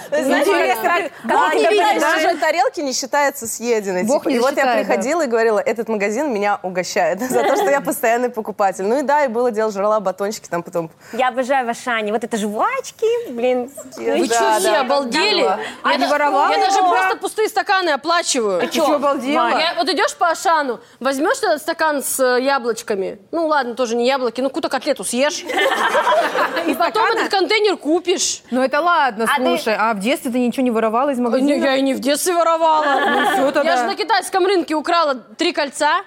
F: Знаете, ресторан,
A: Бог не видит, да?
F: даже тарелки не считается съеденной.
B: Бог
F: типа.
B: не
F: и вот я
B: считает, да.
F: приходила и говорила, этот магазин меня угощает (laughs) за
B: (laughs)
F: то, что я постоянный покупатель. Ну и да, и было дело, жрала батончики там потом.
C: Я обожаю в Ашане. Вот это жвачки, блин.
A: Вы
F: Да,
A: что,
F: да,
A: все
F: да.
A: обалдели?
B: А
A: я,
B: не
A: да-
B: воровала?
A: я даже
B: Да.
A: просто пустые стаканы оплачиваю.
B: Ты чё, обалдела?
A: Я- вот идешь по Ашану, возьмешь этот стакан с э, яблочками, ну ладно, тоже не яблоки, ну какую-то котлету
B: (laughs)
A: съешь. И потом этот контейнер купишь.
B: Ну это ладно,
C: А ты-
B: слушай. А в детстве ты ничего не воровала из
A: Э, не,
B: магазина?
A: Я и не в детстве воровала.
B: Ну, всё
A: Я
B: тогда.
A: же на китайском рынке украла три кольца.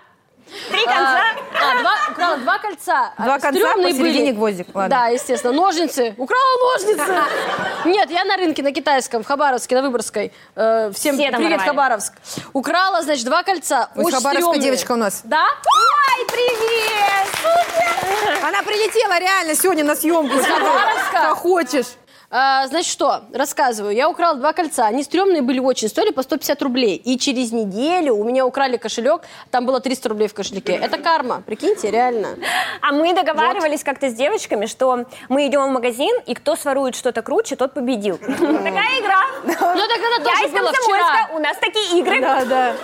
C: Три конца.
A: А, два, украла два кольца.
B: Два
A: А,
B: кольца,
A: стрёмные
B: посередине
A: были.
B: гвоздик, ладно.
A: Да, естественно. Ножницы. Украла
B: (laughs)
A: ножницы. Нет, я на рынке на китайском, в Хабаровске, на Выборгской. Э, всем
C: Все там
A: привет,
C: воровали.
A: Хабаровск. Украла, значит, два кольца.
B: Ой,
A: Очень
B: Хабаровская
A: стрёмные.
B: девочка у нас.
A: Да?
C: Ай, привет!
B: Она прилетела реально сегодня на съемку.
A: Хабаровска?
B: Что хочешь?
A: А, значит, что? Рассказываю. Я украла два кольца. Они стрёмные были очень. Стоили по 150 рублей. И через неделю у меня украли кошелек. Там было 300 рублей в кошельке. Это карма. Прикиньте, реально.
C: А мы договаривались как-то с девочками, что мы идем в магазин, и кто сворует что-то круче, тот победил. Такая игра.
A: Ну, так это
C: Я
A: тоже
C: из
A: было вчера.
C: Комсомольска, у нас такие игры.
B: Да, да.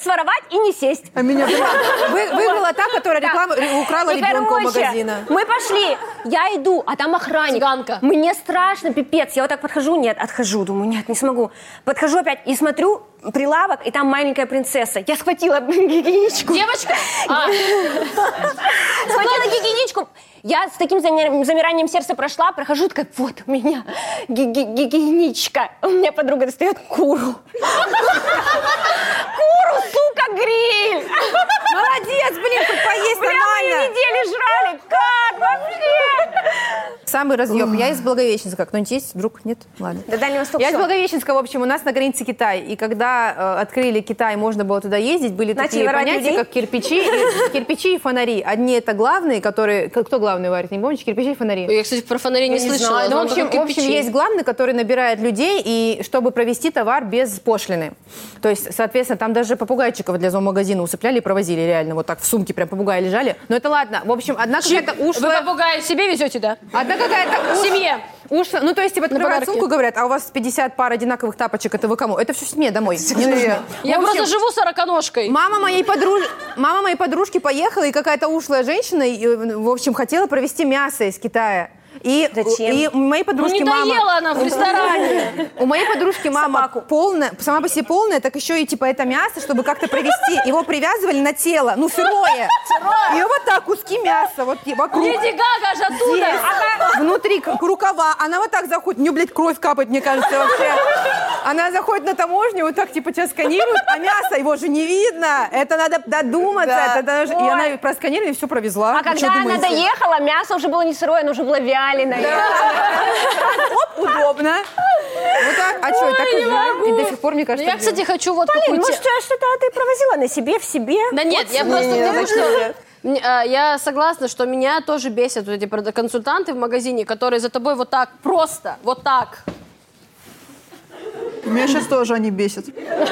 C: Своровать и не сесть.
B: А меня Вы- выиграла та, которая реклама- э, украла
C: И,
B: ребенка у
C: короче,
B: магазина.
C: Мы пошли. Я иду, а там охранник.
A: Цыганка.
C: Мне страшно, пипец. Я вот так подхожу, нет, отхожу. Думаю, нет, не смогу. Подхожу опять и смотрю прилавок, и там маленькая принцесса. Я схватила (laughs) гигиеничку.
A: Девочка? А,
C: Схватила гигиеничку. Я с таким замер- замиранием сердца прошла, прохожу, такая, вот у меня ги- ги- гигиеничка. У меня подруга достает куру. Куру, сука, гриль!
B: Молодец, блин, тут поесть
C: Прям мы
B: нормально.
C: недели жрали. Как вообще?
B: Самый разъем. Я из Благовещенска. Кто-нибудь есть? Вдруг нет? Ладно.
C: До Дальнего Востока.
B: Я из
C: всё.
B: Благовещенска, в общем, у нас на границе Китай. И когда э, открыли Китай, можно было туда ездить, были
C: Начали
B: такие
C: воровать
B: понятия,
C: людей?
B: как кирпичи, и, кирпичи и фонари. Одни это главные, которые... к- Кто главный варит, не помните? Кирпичи и фонари?
A: я, кстати, про фонари не, слышала.
B: Ну, в
A: Там
B: общем,
A: только
B: в общем,
A: кирпичи.
B: есть главный, который набирает людей, и чтобы провести товар без пошлины. То есть, соответственно, там даже попугайчиков для зоомагазина усыпляли и провозили реально. Вот так в сумке прям попугаи лежали. Но это ладно. В общем, одна какая-то
A: Вы
B: ушлая...
A: попугая себе везете, да?
B: Одна какая-то уш-
A: Семье.
B: Ушло, ну, то есть, типа, открывают
A: подарки.
B: сумку, говорят, а у вас 50 пар одинаковых тапочек, это вы кому? Это все семье домой, не нужно.
A: Я
B: В общем,
A: просто живу сороконожкой.
B: Мама моей, подруж... Мама моей подружки поехала, и какая-то ушлая женщина, и, э, в общем, хотела провести мясо из Китая. И,
C: Зачем?
B: и у моей подружки
A: Ну, не
B: мама...
A: доела она в ресторане.
B: (laughs) У моей подружки мама полная, сама по себе полная, так еще и типа это мясо, чтобы как-то провести. Его привязывали на тело, ну сырое. И вот так куски мяса вот и вокруг.
A: Леди Гага аж оттуда.
B: Здесь, внутри к- рукава. Она вот так заходит. У нее, блядь, кровь капает, мне кажется, вообще. Она заходит на таможню, вот так, типа, тебя сканируют, а мясо его же не видно. Это надо додуматься.
F: Да.
B: Это даже- И
C: Ой.
B: она просканировала и все провезла. Ну,
C: А когда она доехала, мясо уже было не сырое, оно уже было вяленое.
B: Удобно. Вот так. А что, и так и живем. И до сих пор, мне
A: Ну,
B: кажется,
A: Я,
B: живем.
A: кстати, хочу вот
C: Блин,
A: какую-то-
C: может, ну что- что-то ты провозила на себе, в себе?
A: Да нет, я просто к тому, что... М, а, Я согласна, что меня тоже бесят вот эти прода- консультанты в магазине, которые за тобой вот так просто, вот так.
D: (laughs) Меня сейчас тоже они бесят.
B: Кто бы
A: Не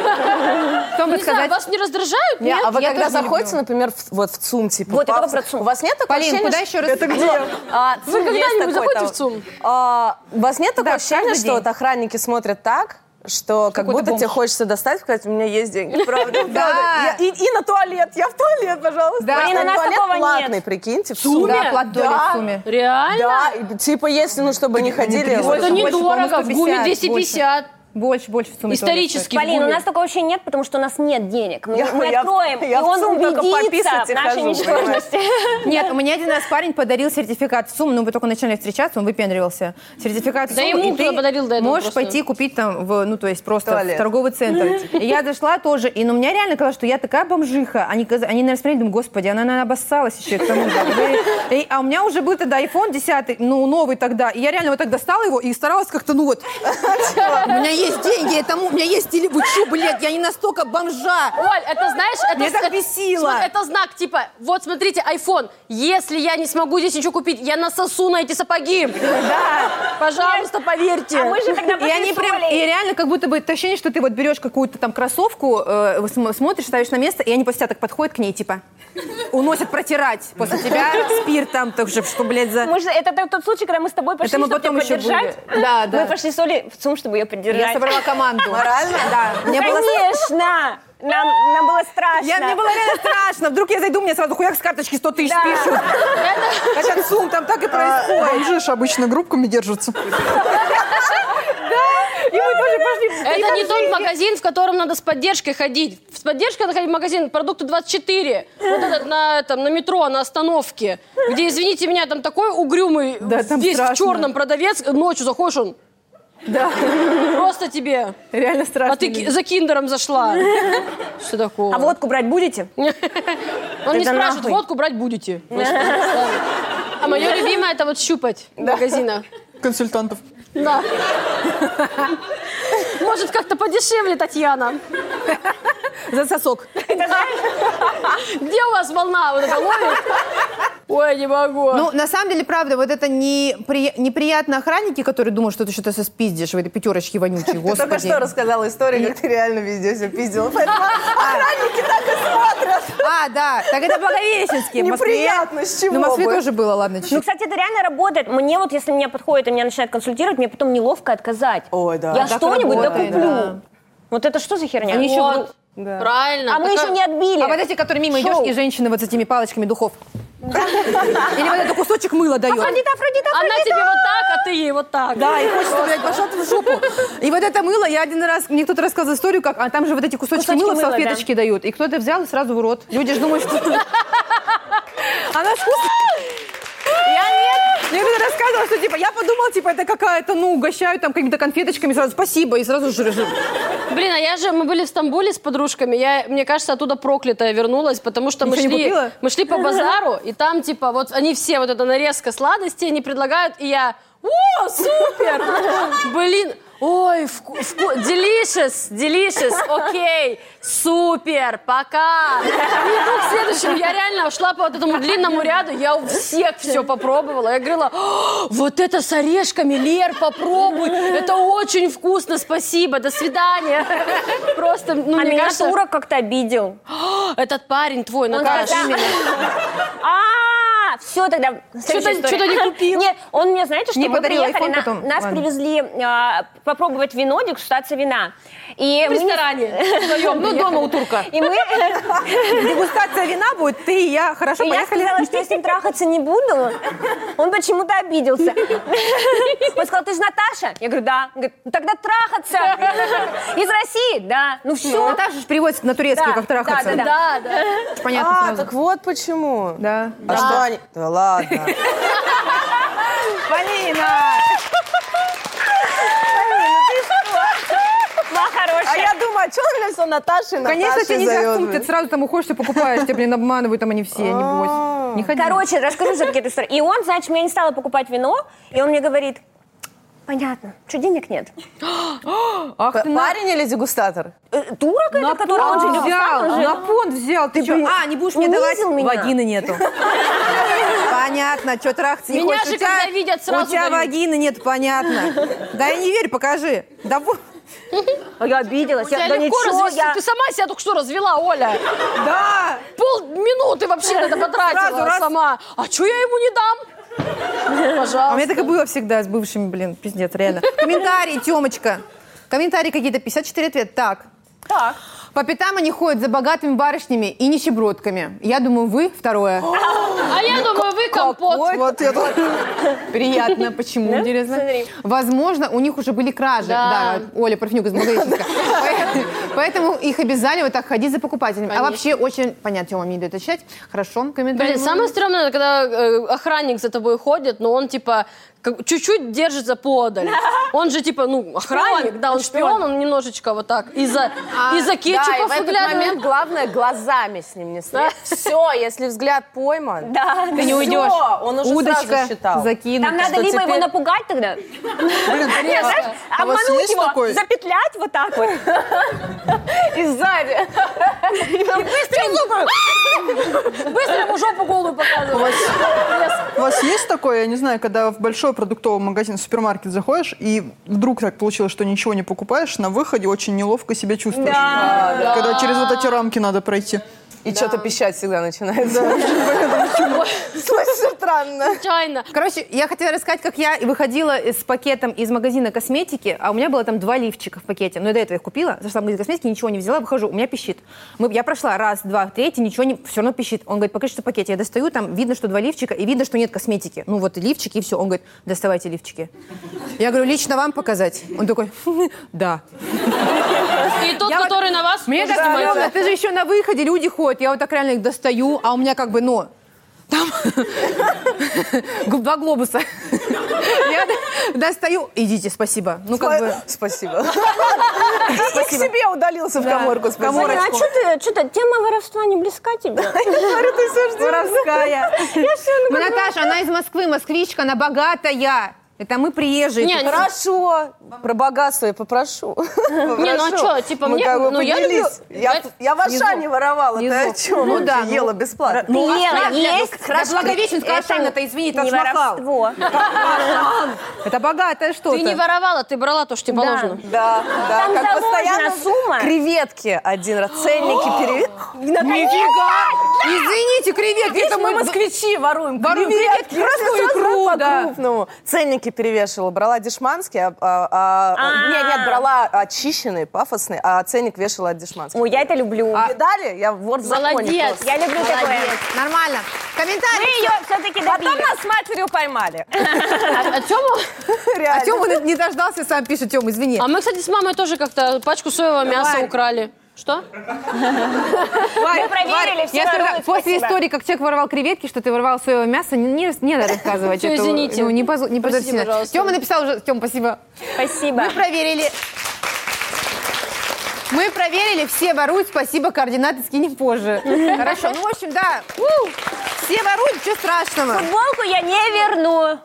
A: знаю,
B: сказать...
A: вас не раздражают?
F: Не,
A: Нет?
F: а вы
B: я
F: когда
B: тоже не
F: заходите, например, в- вот в ЦУМ, типа,
C: Вот, я
F: пап-
C: только про ЦУМ.
F: у вас нет такого
B: Полин,
F: ощущения,
B: куда
F: что-
B: еще раз? Это где?
F: (laughs) А, ЦУМ есть
A: когда-нибудь
F: такой
A: заходите
F: там.
A: в ЦУМ?
F: А, у вас нет такого
B: Да,
F: ощущения,
B: каждый
F: что
B: день.
F: вот охранники смотрят так, что как
A: Какой-то
F: будто тебе
A: бомж.
F: хочется достать, сказать, у меня есть деньги, правда.
B: Да.
F: правда. Я- И и на туалет, я в туалет, пожалуйста.
B: Да. Блин,
C: у нас
F: Туалет
C: такого нет.
F: платный, прикиньте, в ЦУМе.
B: Да, плат доли
F: Да.
B: в сумме.
A: Реально?
F: Да, и, типа, если, ну, чтобы не ходили...
B: переводят.
F: вот
A: Это
B: Больше,
A: недорого, в
B: по-моему,
A: ГУМе
B: 150,
A: 250.
B: Больше, больше в сумме. тоже
A: Исторически в
C: Полин, у
A: ГУМе.
C: нас такого вообще нет, потому что у нас нет денег. Мы,
F: Я-
C: мы
F: я-
C: откроем,
F: я
C: и
F: в
C: он
F: ЦУМ только
C: убедится в
F: пописаться
C: нашей
F: хожу,
C: ничтожности.
B: стоит. Нет, мне один раз парень подарил сертификат в сумму, но мы только начали встречаться, он выпендривался. Сертификат в
A: Да
B: сумму,
A: ему
B: и ты
A: кто подарил до этого
B: можешь
A: просто?
B: пойти купить там, в, ну, то есть просто
F: Туалет.
B: в торговый центр.
A: (laughs)
B: И я зашла тоже, и ну, меня реально казалось, что я такая бомжиха. Они, каз- они наверное, смотрели, думаю, господи, она, наверное, обоссалась еще к тому же». И- и- а у меня уже был тогда
A: (laughs)
B: iPhone 10, ну, новый тогда. И я реально вот так достала его и старалась как-то, ну вот, (laughs) у меня есть есть деньги, это му- у меня есть теле... Вы что, блядь, я не настолько бомжа.
A: Оль, это знаешь, это,
B: Меня так
A: это-
B: бесило.
A: смо- это знак, типа, вот смотрите, iPhone, если я не смогу здесь ничего купить, я насосу на эти сапоги. Да. Пожалуйста, поверьте.
C: А мы
A: (laughs)
C: же тогда
B: И, они
C: пошли с
B: прям,
C: Олей.
B: и реально как будто бы это ощущение, что ты вот берешь какую-то там кроссовку, э, см- смотришь, ставишь на место, и они после тебя так подходят к ней, типа, уносят протирать после тебя спиртом, так же, что, блядь, за...
C: Мы же, это тот- тот случай, когда мы с тобой пошли,
B: мы
C: чтобы тебя
B: потом еще
C: поддержать.
B: были. Да, да.
C: Мы пошли с Олей в ЦУМ, чтобы ее поддержать.
B: Я собрала команду.
F: Морально?
B: Да. Мне было
C: Конечно! Нам, нам было страшно.
B: Я, мне было реально страшно. Вдруг я зайду, мне сразу хуяк с карточки 100 тысяч
C: Да.
B: пишут. Хотя сум там
F: А.
B: так и происходит.
D: Бомжи А, ж обычно группами держатся.
F: И мы тоже пошли.
A: Это не тот магазин, в котором надо с поддержкой ходить. С поддержкой надо ходить в магазин продукты 24. Вот этот на, этом, на метро, на остановке. Где, извините меня, там такой угрюмый,
B: Да, там
A: здесь
B: страшно.
A: в черном продавец, ночью заходишь, он
B: Да,
A: просто тебе.
B: реально страшно.
A: А ты ки- за киндером зашла. Что такое?
C: А водку брать будете?
A: Он не
C: Да
A: спрашивает,
C: нахуй.
A: водку брать будете. А мое любимое это вот щупать в магазинах.
D: Консультантов.
A: Да. Может, как-то подешевле, Татьяна.
B: За сосок.
A: Где у вас волна вот эта ловит? Ой, не могу.
B: Ну, на самом деле, правда, вот это непри- неприятно охранники, которые думают, что ты что-то со спиздишь в этой пятерочке вонючей,
F: Ты только
B: господи.
F: что рассказала историю, как ты реально везде все пиздила. Поэтому охранники так и смотрят.
B: А, да, так это Благовещенский. в Москве.
F: Неприятно, с чего
B: Ну, в Москве
F: бы?
B: тоже было, ладно,
C: Ну,
B: чуть-чуть.
C: кстати, это реально работает. Мне вот, если меня подходит и меня начинают консультировать, мне потом неловко отказать.
F: Ой, да.
C: Я
F: Так
C: Ну, что-нибудь
B: работает,
C: докуплю.
B: да.
C: Вот это что за херня?
B: Они еще
C: Вот.
A: Правильно.
C: А мы
A: Какая-
C: еще не отбили.
B: А вот эти, которые мимо
C: Шоу.
B: идешь, и женщины вот с этими палочками духов. Или вот этот кусочек мыла дает.
C: Афродита, Афродита,
A: Она
C: Афродита!
A: тебе вот так, а ты ей вот так.
B: Да, и хочется, блядь, пошла ты в жопу. И вот это мыло, я один раз, мне кто-то рассказывал историю, как, а там же вот эти кусочки,
C: Кусочки
B: мыла в
C: мыла,
B: салфеточке дают. И кто-то взял и сразу в рот. Люди же думают, что... Она вкусная. Я нет. Мне кто-то рассказывал, что типа, я подумала, типа, это какая-то, ну, угощают там какими-то конфеточками, сразу спасибо, и сразу жрешь.
A: Блин, а я же, мы были в Стамбуле с подружками, я, мне кажется, оттуда проклятая вернулась, потому что мы
B: Ничего не
A: шли,
B: купила?
A: мы шли по базару, и там, типа, вот они все, вот эта нарезка сладостей, они предлагают, и я, о, супер! Блин, ой, вку, вку, delicious, delicious, окей, супер, пока! И иду к следующему, я реально шла по вот этому длинному ряду, я у всех все попробовала, я говорила, «О, вот это с орешками, Лер, попробуй, это очень вкусно, спасибо, до свидания. Просто, ну,
C: А
A: мне
C: меня
A: кажется,
C: турок как-то обидел.
A: «О, этот парень твой, на
C: сказал,
A: (laughs)
C: А, все тогда. следующая
A: Что-то-
C: история.
A: что-то
C: (laughs)
A: не купил.
C: Нет, он мне, знаете, что
B: Не
C: мы
B: подарил
C: приехали,
B: iPhone
C: на-
B: потом.
C: нас
B: Ладно.
C: привезли а, попробовать вино, дегустация вина. И
A: в
C: мы не-
A: ресторане. вдвоем
B: Ну,
A: приехали.
B: дома у турка.
C: (laughs) И мы,
B: Дегустация вина будет, ты и я. Хорошо,
C: и я
B: поехали.
C: сказала, что я с ним трахаться не буду. Он почему-то обиделся. (laughs) Он сказал, ты же Наташа? Я говорю, да. Он говорит, «Ну, тогда трахаться.
A: (laughs)
C: Из России? Да. Ну все.
B: Наташа же переводится на турецкий,
C: Да,
B: как трахаться.
C: да, да,
A: Да, да.
B: Понятно
F: А,
B: сразу.
F: так вот почему.
B: Да.
F: А что они... Да ладно.
B: Полина!
C: хорошая.
F: А я думаю, а что он меня все Наташей,
B: Конечно, тебе
F: Наташей
B: нельзя в
F: зовет,
B: сумку, ты
F: блин?
B: сразу там уходишь, ты покупаешь, тебя, блин, обманывают там они все, небось. Не ходи.
C: А. Короче, расскажу все-таки эту историю. И он, значит, я не стала покупать вино, и он мне говорит, понятно, что денег нет.
B: Ах ты на-
F: Парень или дегустатор?
C: Э, Турок
B: на
C: это, который он же
B: понт
C: дегустатор, он
B: взял,
C: же-
B: на понт взял. Ты чё?
C: блин,
B: А, не будешь мне давать?
C: унизил меня.
B: Вагины
C: (laughs)
B: нету. Понятно, что трахаться не
A: Меня
B: хочешь.
A: же,
B: У тебя-
A: когда видят, сразу
B: У тебя
A: дают.
B: вагины нет, понятно. Да я не верь, покажи. Да вот.
C: А я обиделась.
A: У
C: Я,
A: тебя
C: да
A: легко
C: ничего,
A: развести.
C: я...
A: Ты сама себя только что развела, Оля.
B: Да!
A: Полминуты вообще на это потратила
B: Сразу раз.
A: сама. А что я ему не дам? Пожалуйста.
B: А у меня так и было всегда с бывшими, блин, пиздец, реально. Комментарии, Тёмочка. Комментарии какие-то, 54 ответа. Так.
C: Так.
B: По пятам они ходят за богатыми барышнями и нищебродками. Я думаю, вы второе.
A: А я думаю, вы компот.
B: Ой,
D: Вот я тут-
B: Приятно, почему, интересно? Возможно, у них уже были кражи.
A: Да.
B: Да, Оля Парфенюк из магазинчика. Поэтому их обязали вот так ходить за покупателями. А
A: Конечно.
B: вообще очень... Понятно, Тёма, мне не дает отвечать. Хорошо, комментарий.
A: Блин, самое стрёмное, когда э, охранник за тобой ходит, но он типа как- чуть-чуть держится подаль. Он же типа, ну, охранник, да, он шпион, он немножечко вот так из-за из-за
F: А, да, и в
A: кетчупов
F: этот
A: выглядывает.
F: момент главное глазами с ним не Все, если взгляд пойман,
C: Да,
F: ты не
C: всё.
F: уйдешь. Все, он уже
B: Удочка
F: сразу считал.
B: закинута.
C: Там надо
F: что
C: либо его
F: теперь-
C: напугать тогда,
D: Блин,
C: нет, знаешь,
D: а у вас
C: обмануть
D: есть
C: его,
D: такой?
C: запетлять вот так вот.
F: И сзади.
A: Быстро ему жопу голую показываю.
D: У вас есть такое, я не знаю, когда в большой продуктовый магазин, в супермаркет заходишь, и вдруг так получилось, что ничего не покупаешь, на выходе очень неловко себя чувствуешь. Когда через вот эти рамки надо пройти.
F: И что-то пищать всегда начинается. Слышишь, странно.
A: Случайно.
B: Короче, я хотела рассказать, как я выходила с пакетом из магазина косметики, а у меня было там два лифчика в пакете. Но я до этого их купила, зашла в магазин косметики, ничего не взяла, выхожу, у меня пищит. Мы, я прошла раз, два, третий, ничего не... Все равно пищит. Он говорит, покажи, что в пакете. Я достаю, там видно, что два лифчика, и видно, что нет косметики. Ну вот и лифчики, и все. Он говорит, доставайте лифчики. Я говорю, лично вам показать? Он такой, (laughs) да.
A: И тот,
B: Я вот-
A: который на вас
B: Мне
A: тоже
B: так
A: снимается.
B: стрёмно, ты же еще на выходе, люди ходят, я вот так реально их достаю, а у меня как бы, ну, там (laughs) два глобуса. (laughs) Я до- достаю, идите, спасибо. Ну, как бы,
F: Спасибо. И к себе удалился в коморку.
C: Марина, а что ты, что ты, тема воровства не близка (laughs) тебе?
B: воровская. Ну, Наташа, она из Москвы, москвичка, она богатая. Это мы приезжие.
A: Не,
B: тут.
A: не-
F: Хорошо. Про богатство я попрошу.
A: Не, ну а чё, типа,
F: Мы
A: мне-
F: как бы
A: ну, я люблю-
F: поделись. Я
A: Это-
F: я в Ашане воровала. Ты о
B: Низу.
F: чем?
B: Ну да,
F: Ты Ела бесплатно.
C: Ты ела,
B: Ладно, ну,
C: есть.
B: Да Благовещенская Ашана-то, извини,
C: не
B: Тадж-Махал.
C: воровство.
B: Это богатое что-то.
A: Ты не воровала, ты брала то, что тебе положено.
F: Да, да.
C: Там
F: как
C: заложена
F: постоянно
C: сумма.
F: Креветки один раз. Ценники перевели.
B: Извините, креветки, это мы
F: москвичи воруем.
B: Воруем креветки, красную
F: Сразу
B: икру,
F: по
B: да.
F: крупному. Ценники перевешивала. Брала дешманский, а... а- а-
C: А.
F: Нет, нет, брала очищенный, пафосный, а ценник вешала от дешманского.
C: Ой, я это люблю.
F: А Видали? Я вор в законе
A: Молодец.
F: просто.
C: Я люблю такое.
B: Нормально.
C: Мы
B: Комментарий.
C: ее все-таки
F: Потом
C: добили.
F: нас с матерью (laughs) поймали.
A: А, а чё мы-
B: А Тёма не дождался, сам пишет, Тём, извини.
A: а мы, кстати, с мамой тоже как-то пачку соевого мяса
B: Давай.
A: украли. Что?
B: Варь,
C: Мы проверили,
B: Варь,
C: все
B: я
C: воруют,
B: скажу, после
C: спасибо.
B: истории, как человек воровал креветки, что ты воровал своего мяса, не, не- не надо рассказывать.
A: Всё,
B: Это,
A: извините.
B: ну, не позор- не
A: Простите,
B: позорно.
A: пожалуйста.
B: Тёма написал уже, Тём, спасибо.
C: Спасибо.
B: Мы проверили. Мы проверили, все воруют, спасибо, координаты скинем позже. Хорошо, ну, в общем, да, У, все воруют, ничего страшного.
C: Футболку я не верну.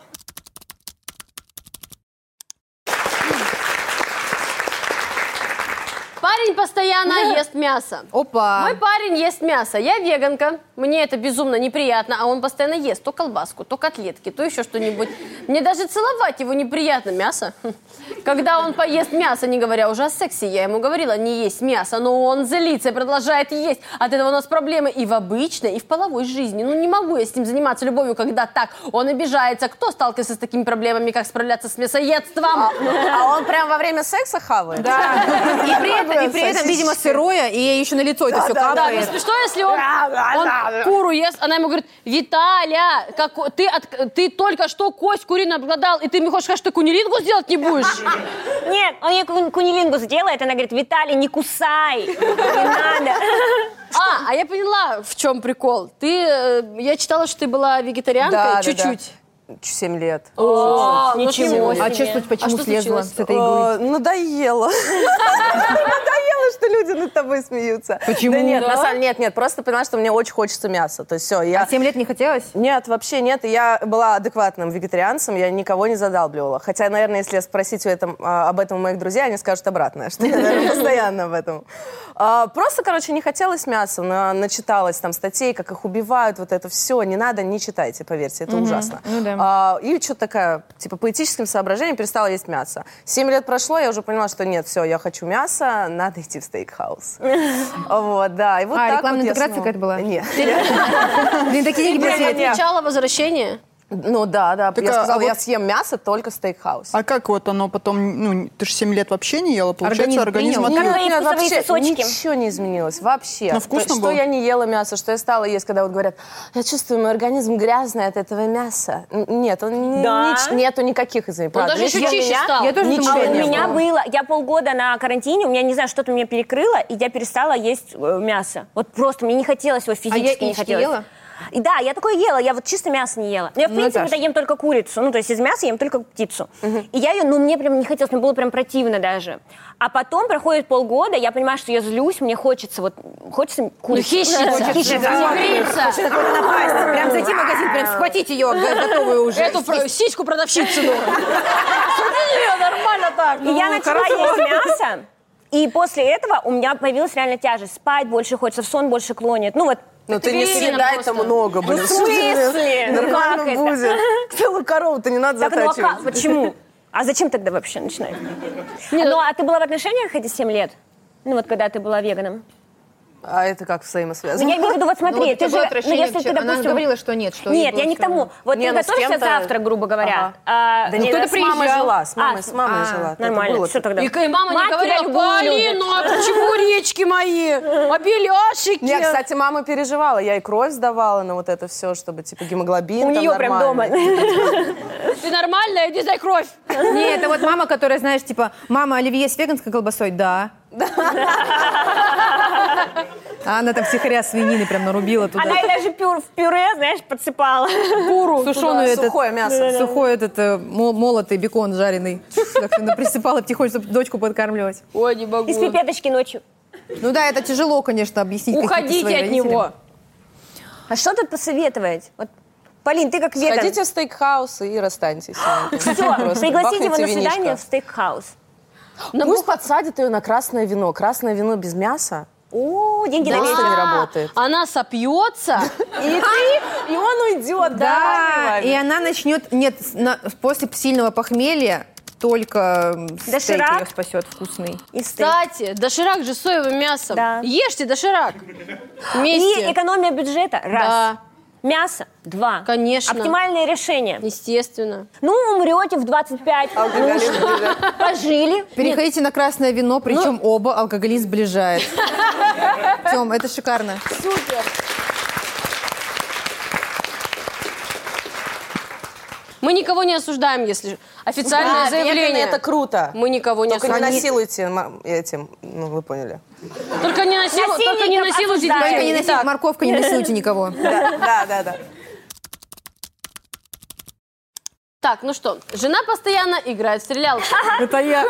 A: Парень постоянно ест мясо. Мой
B: Опа.
A: парень ест мясо. Я веганка. Мне это безумно неприятно, а он постоянно ест то колбаску, то котлетки, то еще что-нибудь. Мне даже целовать его неприятно. Мясо. (laughs) Хм. Когда он поест мясо, не говоря уже о сексе, я ему говорила не есть мясо, но он злится и продолжает есть. От этого у нас проблемы и в обычной, и в половой жизни. Ну не могу я с ним заниматься любовью, когда так. Он обижается. Кто сталкивается с такими проблемами, как справляться с мясоедством?
F: А (laughs) он прям во время секса хавает? Да.
B: И при этом, и при этом, видимо, сырое, и еще на лицо это все
A: Да, ну
B: капает.
A: смешно, если он, он куру ест, она ему говорит, Виталя, как, ты, от- ты только что кость куриную обглодал, и ты мне хочешь сказать, что ты кунилингу сделать не
F: (laughs)
A: будешь?
C: Нет, он ей кун- кунилингус делает, она говорит, Виталий, не кусай, не надо.
A: А, а я поняла, в чем прикол. Ты, э, я читала, что ты была вегетарианкой
F: Да, да,
A: чуть-чуть.
F: Семь лет.
A: О, ну
C: Ничего
A: ты
C: себе.
B: А
A: мощная.
B: чё, слушай, почему
A: А что
B: слезла
A: случилось?
B: с этой иглы?
F: Э, Надоело. (laughs) Надоело, что люди над тобой смеются.
B: Почему?
F: Да нет, на
B: Да?
F: самом нет, нет, просто поняла, что мне очень хочется мяса. То есть все, я...
B: А 7 лет не хотелось?
F: Нет, вообще нет. И Я была адекватным вегетарианцем, я никого не задалбливала. Хотя, наверное, если спросить у этом- а, об этом у моих друзей, они скажут обратное, что я наверное, постоянно об этом. А, Просто, короче, не хотелось мяса, но начиталась там статей, как их убивают, вот это все. Не надо, не читайте, поверьте, это ужасно.
B: Ну
F: А, И что-то такая, типа, по этическим соображениям перестала есть мясо. Семь лет прошло, я уже поняла, что нет, все, я хочу мясо, надо идти
B: (laughs)
F: в стейкхаус. Вот, да. И вот
B: А,
F: так
B: рекламная
F: вот я
B: интеграция
F: снова-
B: какая-то была?
F: Нет.
B: Блин, такие деньги
A: Прям
B: просили.
A: отмечала возвращение.
F: Ну да, да.
D: Так,
F: я
D: а-
F: сказала,
D: а
F: я
D: вот-
F: съем мясо только в стейкхаусе.
D: А как вот оно потом, ну, ты же 7 лет вообще не ела, получается,
B: Организм
D: организм,
B: принял.
D: отвел.
C: Как твои
F: Нет,
C: вкусовые кусочки?
F: ничего не изменилось, вообще.
D: Ну, вкусно
F: То,
D: было?
F: Что я не ела мясо, что я стала есть, когда вот говорят, я чувствую, мой организм грязный от этого мяса. Н- Нет, он не-
C: Да. Ну,
F: нич- нету никаких изменений. правда.
A: даже
F: Если
A: еще
F: у
A: чище
F: меня-
A: стал.
B: Я тоже
F: Ничего
C: А
B: думала,
C: у
F: не
B: нет.
C: меня
F: было.
C: было, я полгода на карантине, у меня, не знаю, что-то меня перекрыло, и я перестала есть э, мясо. Вот просто мне не хотелось его физически,
B: я
C: не
B: яички
C: хотелось.
B: ела?
C: И да, я такое ела, я вот чисто мясо не ела. Но я, в
B: Ну,
C: принципе,
B: Наташ.
C: то ем только курицу, ну, то есть из мяса ем только птицу. И я ее, ну, мне прям не хотелось, мне было прям противно даже. А потом проходит полгода, я понимаю, что я злюсь, мне хочется вот, хочется
A: Ну,
C: курицу. (laughs)
A: хищница, тигрица.
B: Прям зайти в магазин, прям схватить ее, г- готовую уже.
A: Эту про- сиську продавщицу. ну.
F: нормально так.
C: И я начала есть мясо, и после этого у меня появилась реально тяжесть. Спать больше хочется, в сон больше клонит. Ну вот,
F: Ну ты не
A: Ты
F: съедай
A: просто.
F: это много, блин.
C: Ну, в смысле? Ну,
F: Нормально
C: как это?
F: будет. (laughs) Целую корову-то не надо
C: так, ну а как,
F: затачивать.
C: почему? А зачем тогда вообще начинать?
A: Не,
C: Ну, а ты была в отношениях эти 7 лет? Ну вот когда ты была веганом.
F: А это как
C: Ну, я
F: взаимосвязано?
C: имею в виду, вот
B: Ну, вот
C: смотри,
B: это
C: ты же,
B: было
C: ну
B: отвращение
C: если
B: вообще.
C: ты,
B: Она
C: допустим...
B: говорила, что нет, что ей
C: Нет,
B: было
C: я не к
B: всё (laughs)
C: тому.
B: равно.
C: Вот
F: Не,
C: ты
F: ну, с
C: готовишься
F: кем-то-
C: завтрак, грубо говоря. А,
F: Да не,
C: не,
F: Ну, кто-то
C: с мамой
F: приезжала,
C: жила.
F: с мамой,
C: А,
F: с мамой
C: а,
F: жила. Это
C: Нормально,
F: было типа
C: все тогда.
A: И к- и мама не
C: Мать тебя
A: говорила,
C: любую
A: блин,
C: любит».
A: ну а почему речки мои? А беляшики?
F: Я, кстати, мама переживала, я и кровь сдавала на вот это все, чтобы типа гемоглобин
C: У
F: там
C: нее прям дома.
F: нормальный.
A: Ты нормальная, иди дай кровь.
B: Не, это вот мама, которая, знаешь, типа, мама, оливье с веганской колбасой, да. А она там втихаря свинины прям нарубила туда.
C: (laughs) Она и даже пюр- в пюре, знаешь, подсыпала.
B: Буру, сушеную
F: туда,
B: этот,
F: сухое мясо.
B: Сухой этот э, мол- молотый бекон жареный. Так она присыпала потихоньку, чтобы дочку подкармливать.
A: Ой, не могу.
C: Из пипеточки ночью.
B: Ну да, это тяжело, конечно, объяснить. каким-то
A: Уходите
B: своим
A: от
B: родителям.
A: него.
C: А что тут посоветовать? Вот, Полин, ты как веган.
F: Ходите в стейкхаус и расстаньтесь.
C: Всё, пригласите его на свидание в стейкхаус.
A: На
F: Пусть подсадит ее на красное вино. Красное вино без мяса.
C: О, деньги на
F: Просто
C: месте.
F: не работает.
A: Она сопьется.
F: И ты, и он
C: Ну,
F: уйдет,
B: Да, и она начнет, нет, с- на- после сильного похмелья только м, стейк
C: Доширак?
B: ее спасет вкусный.
C: И стейк.
A: Кстати, доширак же с соевым мясом.
C: Да.
A: Ешьте доширак.
C: И
A: Вместе.
C: экономия бюджета. Раз.
A: Да.
C: Мясо. Два.
A: Конечно.
C: Оптимальное решение.
A: Естественно.
C: Ну, умрете в 25.
F: А Алкоголизм
C: Ну, Пожили.
B: Переходите на красное вино, причем оба алкоголизм сближает. (laughs) Тем, это шикарно.
A: Мы никого не осуждаем, если официальное заявление.
F: это круто.
A: Мы никого не
F: Только не
A: осуждаем.
F: насилуйте ма- этим, ну вы поняли.
A: Только не насилу- только не
C: Насильников
A: насилуйте
C: осуждаем.
B: Только не
A: детей.
B: носите, морковка, не насилуйте никого.
F: Да, да, да, да.
A: Так, ну что, жена постоянно играет в стрелялки.
B: (laughs) Это я.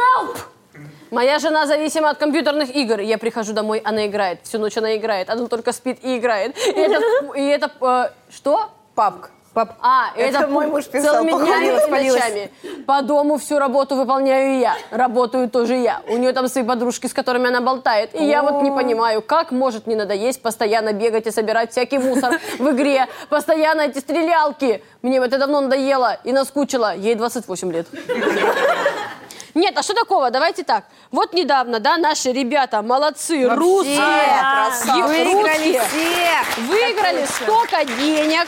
A: Моя жена зависима от компьютерных игр. Я прихожу домой, она играет. Всю ночь она играет. Она только спит и играет. И это... и это, э, что?
B: Папка. Пап.
A: А, это,
F: Это мой
A: пу-
F: муж писал,
A: целыми
F: походу,
A: днями и
F: воспалилась.
A: ночами. По дому всю работу выполняю я. Работаю тоже я. У нее там свои подружки, с которыми она болтает. И я вот не понимаю, как может не надоесть постоянно бегать и собирать всякий мусор в игре. Постоянно эти стрелялки. Мне это давно надоело и наскучило. Ей 28 лет. Нет, а что такого? Давайте так. Вот недавно, да, наши ребята, молодцы, русские.
B: А,
A: Их
B: Выиграли
A: русские
B: всех.
A: Выиграли столько денег.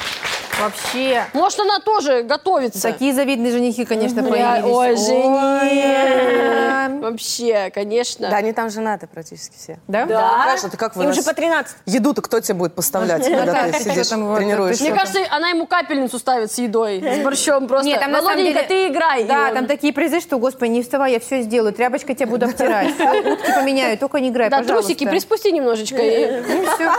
B: Вообще.
A: Может, она тоже готовится.
B: Такие завидные женихи, конечно, появились.
A: Ой,
B: жених.
A: Вообще, конечно.
F: Да, они там женаты практически все.
B: Да?
F: Хорошо, ты как вы
C: Им же
F: нас-
C: по 13.
F: Еду-то кто тебе будет поставлять, когда ты
B: Наташа,
F: сидишь,
B: что там
A: Мне
B: вот, ты
F: тренируешься?
B: что?
A: кажется, она ему капельницу ставит с едой,
B: (laughs)
A: с борщом просто.
B: Нет, там на самом
A: «Володенька,
B: деле...
A: ты играй. И
B: Да,
A: он-
B: там такие призы, что, господи, не вставай, я все сделаю, тряпочкой тебя буду обтирать, (laughs) утки поменяю, только не играй,
A: Да,
B: пожалуйста.
A: трусики приспусти немножечко. и-
B: Ну, всё.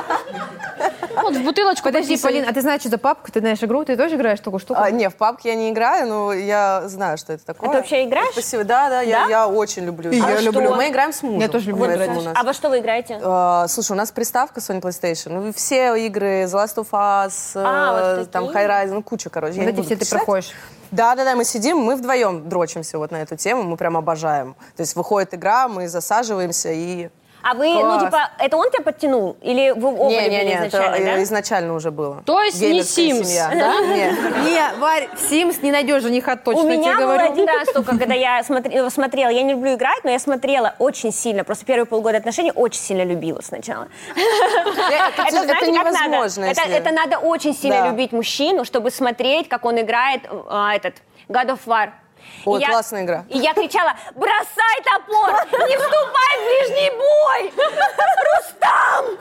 A: Вот в бутылочку.
B: Подожди,
A: пописай.
B: Полин, а ты знаешь, что за папку, ты знаешь игру, ты тоже играешь в такую штуку?
F: А, не, в папке я не играю, но я знаю, что это такое.
C: А ты вообще играешь?
F: Спасибо. Да, да, я,
C: Да?
F: я очень люблю.
D: И
F: играть.
D: я
F: А
D: люблю.
F: что? Мы играем с мужем.
B: Я тоже люблю
F: Поэтому
B: играть.
F: у нас-
C: А во что вы играете?
F: А, слушай, у нас приставка Sony PlayStation. Ну, все игры, The Last of Us,
C: А,
F: э,
C: вот
F: там
C: такие?
F: High Rise, ну, куча, короче. я
B: Вот
F: не
B: эти
F: буду
B: все ты
F: перечислять.
B: проходишь.
F: Да-да-да, мы сидим, мы вдвоем дрочимся вот на эту тему, мы прям обожаем. То есть выходит игра, мы засаживаемся и...
C: А вы, ну,
B: Класс.
C: типа, это он тебя подтянул? Или вы оба любили
F: это
C: изначально, да?
F: э, изначально уже было.
A: То есть не
F: Геймерская
A: Sims,
F: семья.
A: да?
C: (laughs)
F: Нет.
B: Не, Варь, в Sims не найдешь жениха точно,
C: У
B: я тебе
C: меня был
B: говорю.
C: один раз только, когда я смотри- э, смотрела, я не люблю играть, но я смотрела очень сильно, просто первые полгода отношений очень сильно любила сначала.
F: Это,
C: Это, знаете, как надо?
F: невозможно.
C: Это,
F: если-
C: это надо очень сильно
F: Да.
C: любить мужчину, чтобы смотреть, как он играет а, этот God of War.
F: Ой,
C: И я-
F: классная игра.
C: И я кричала, бросай топор, не вступай в ближний бой, Рустам!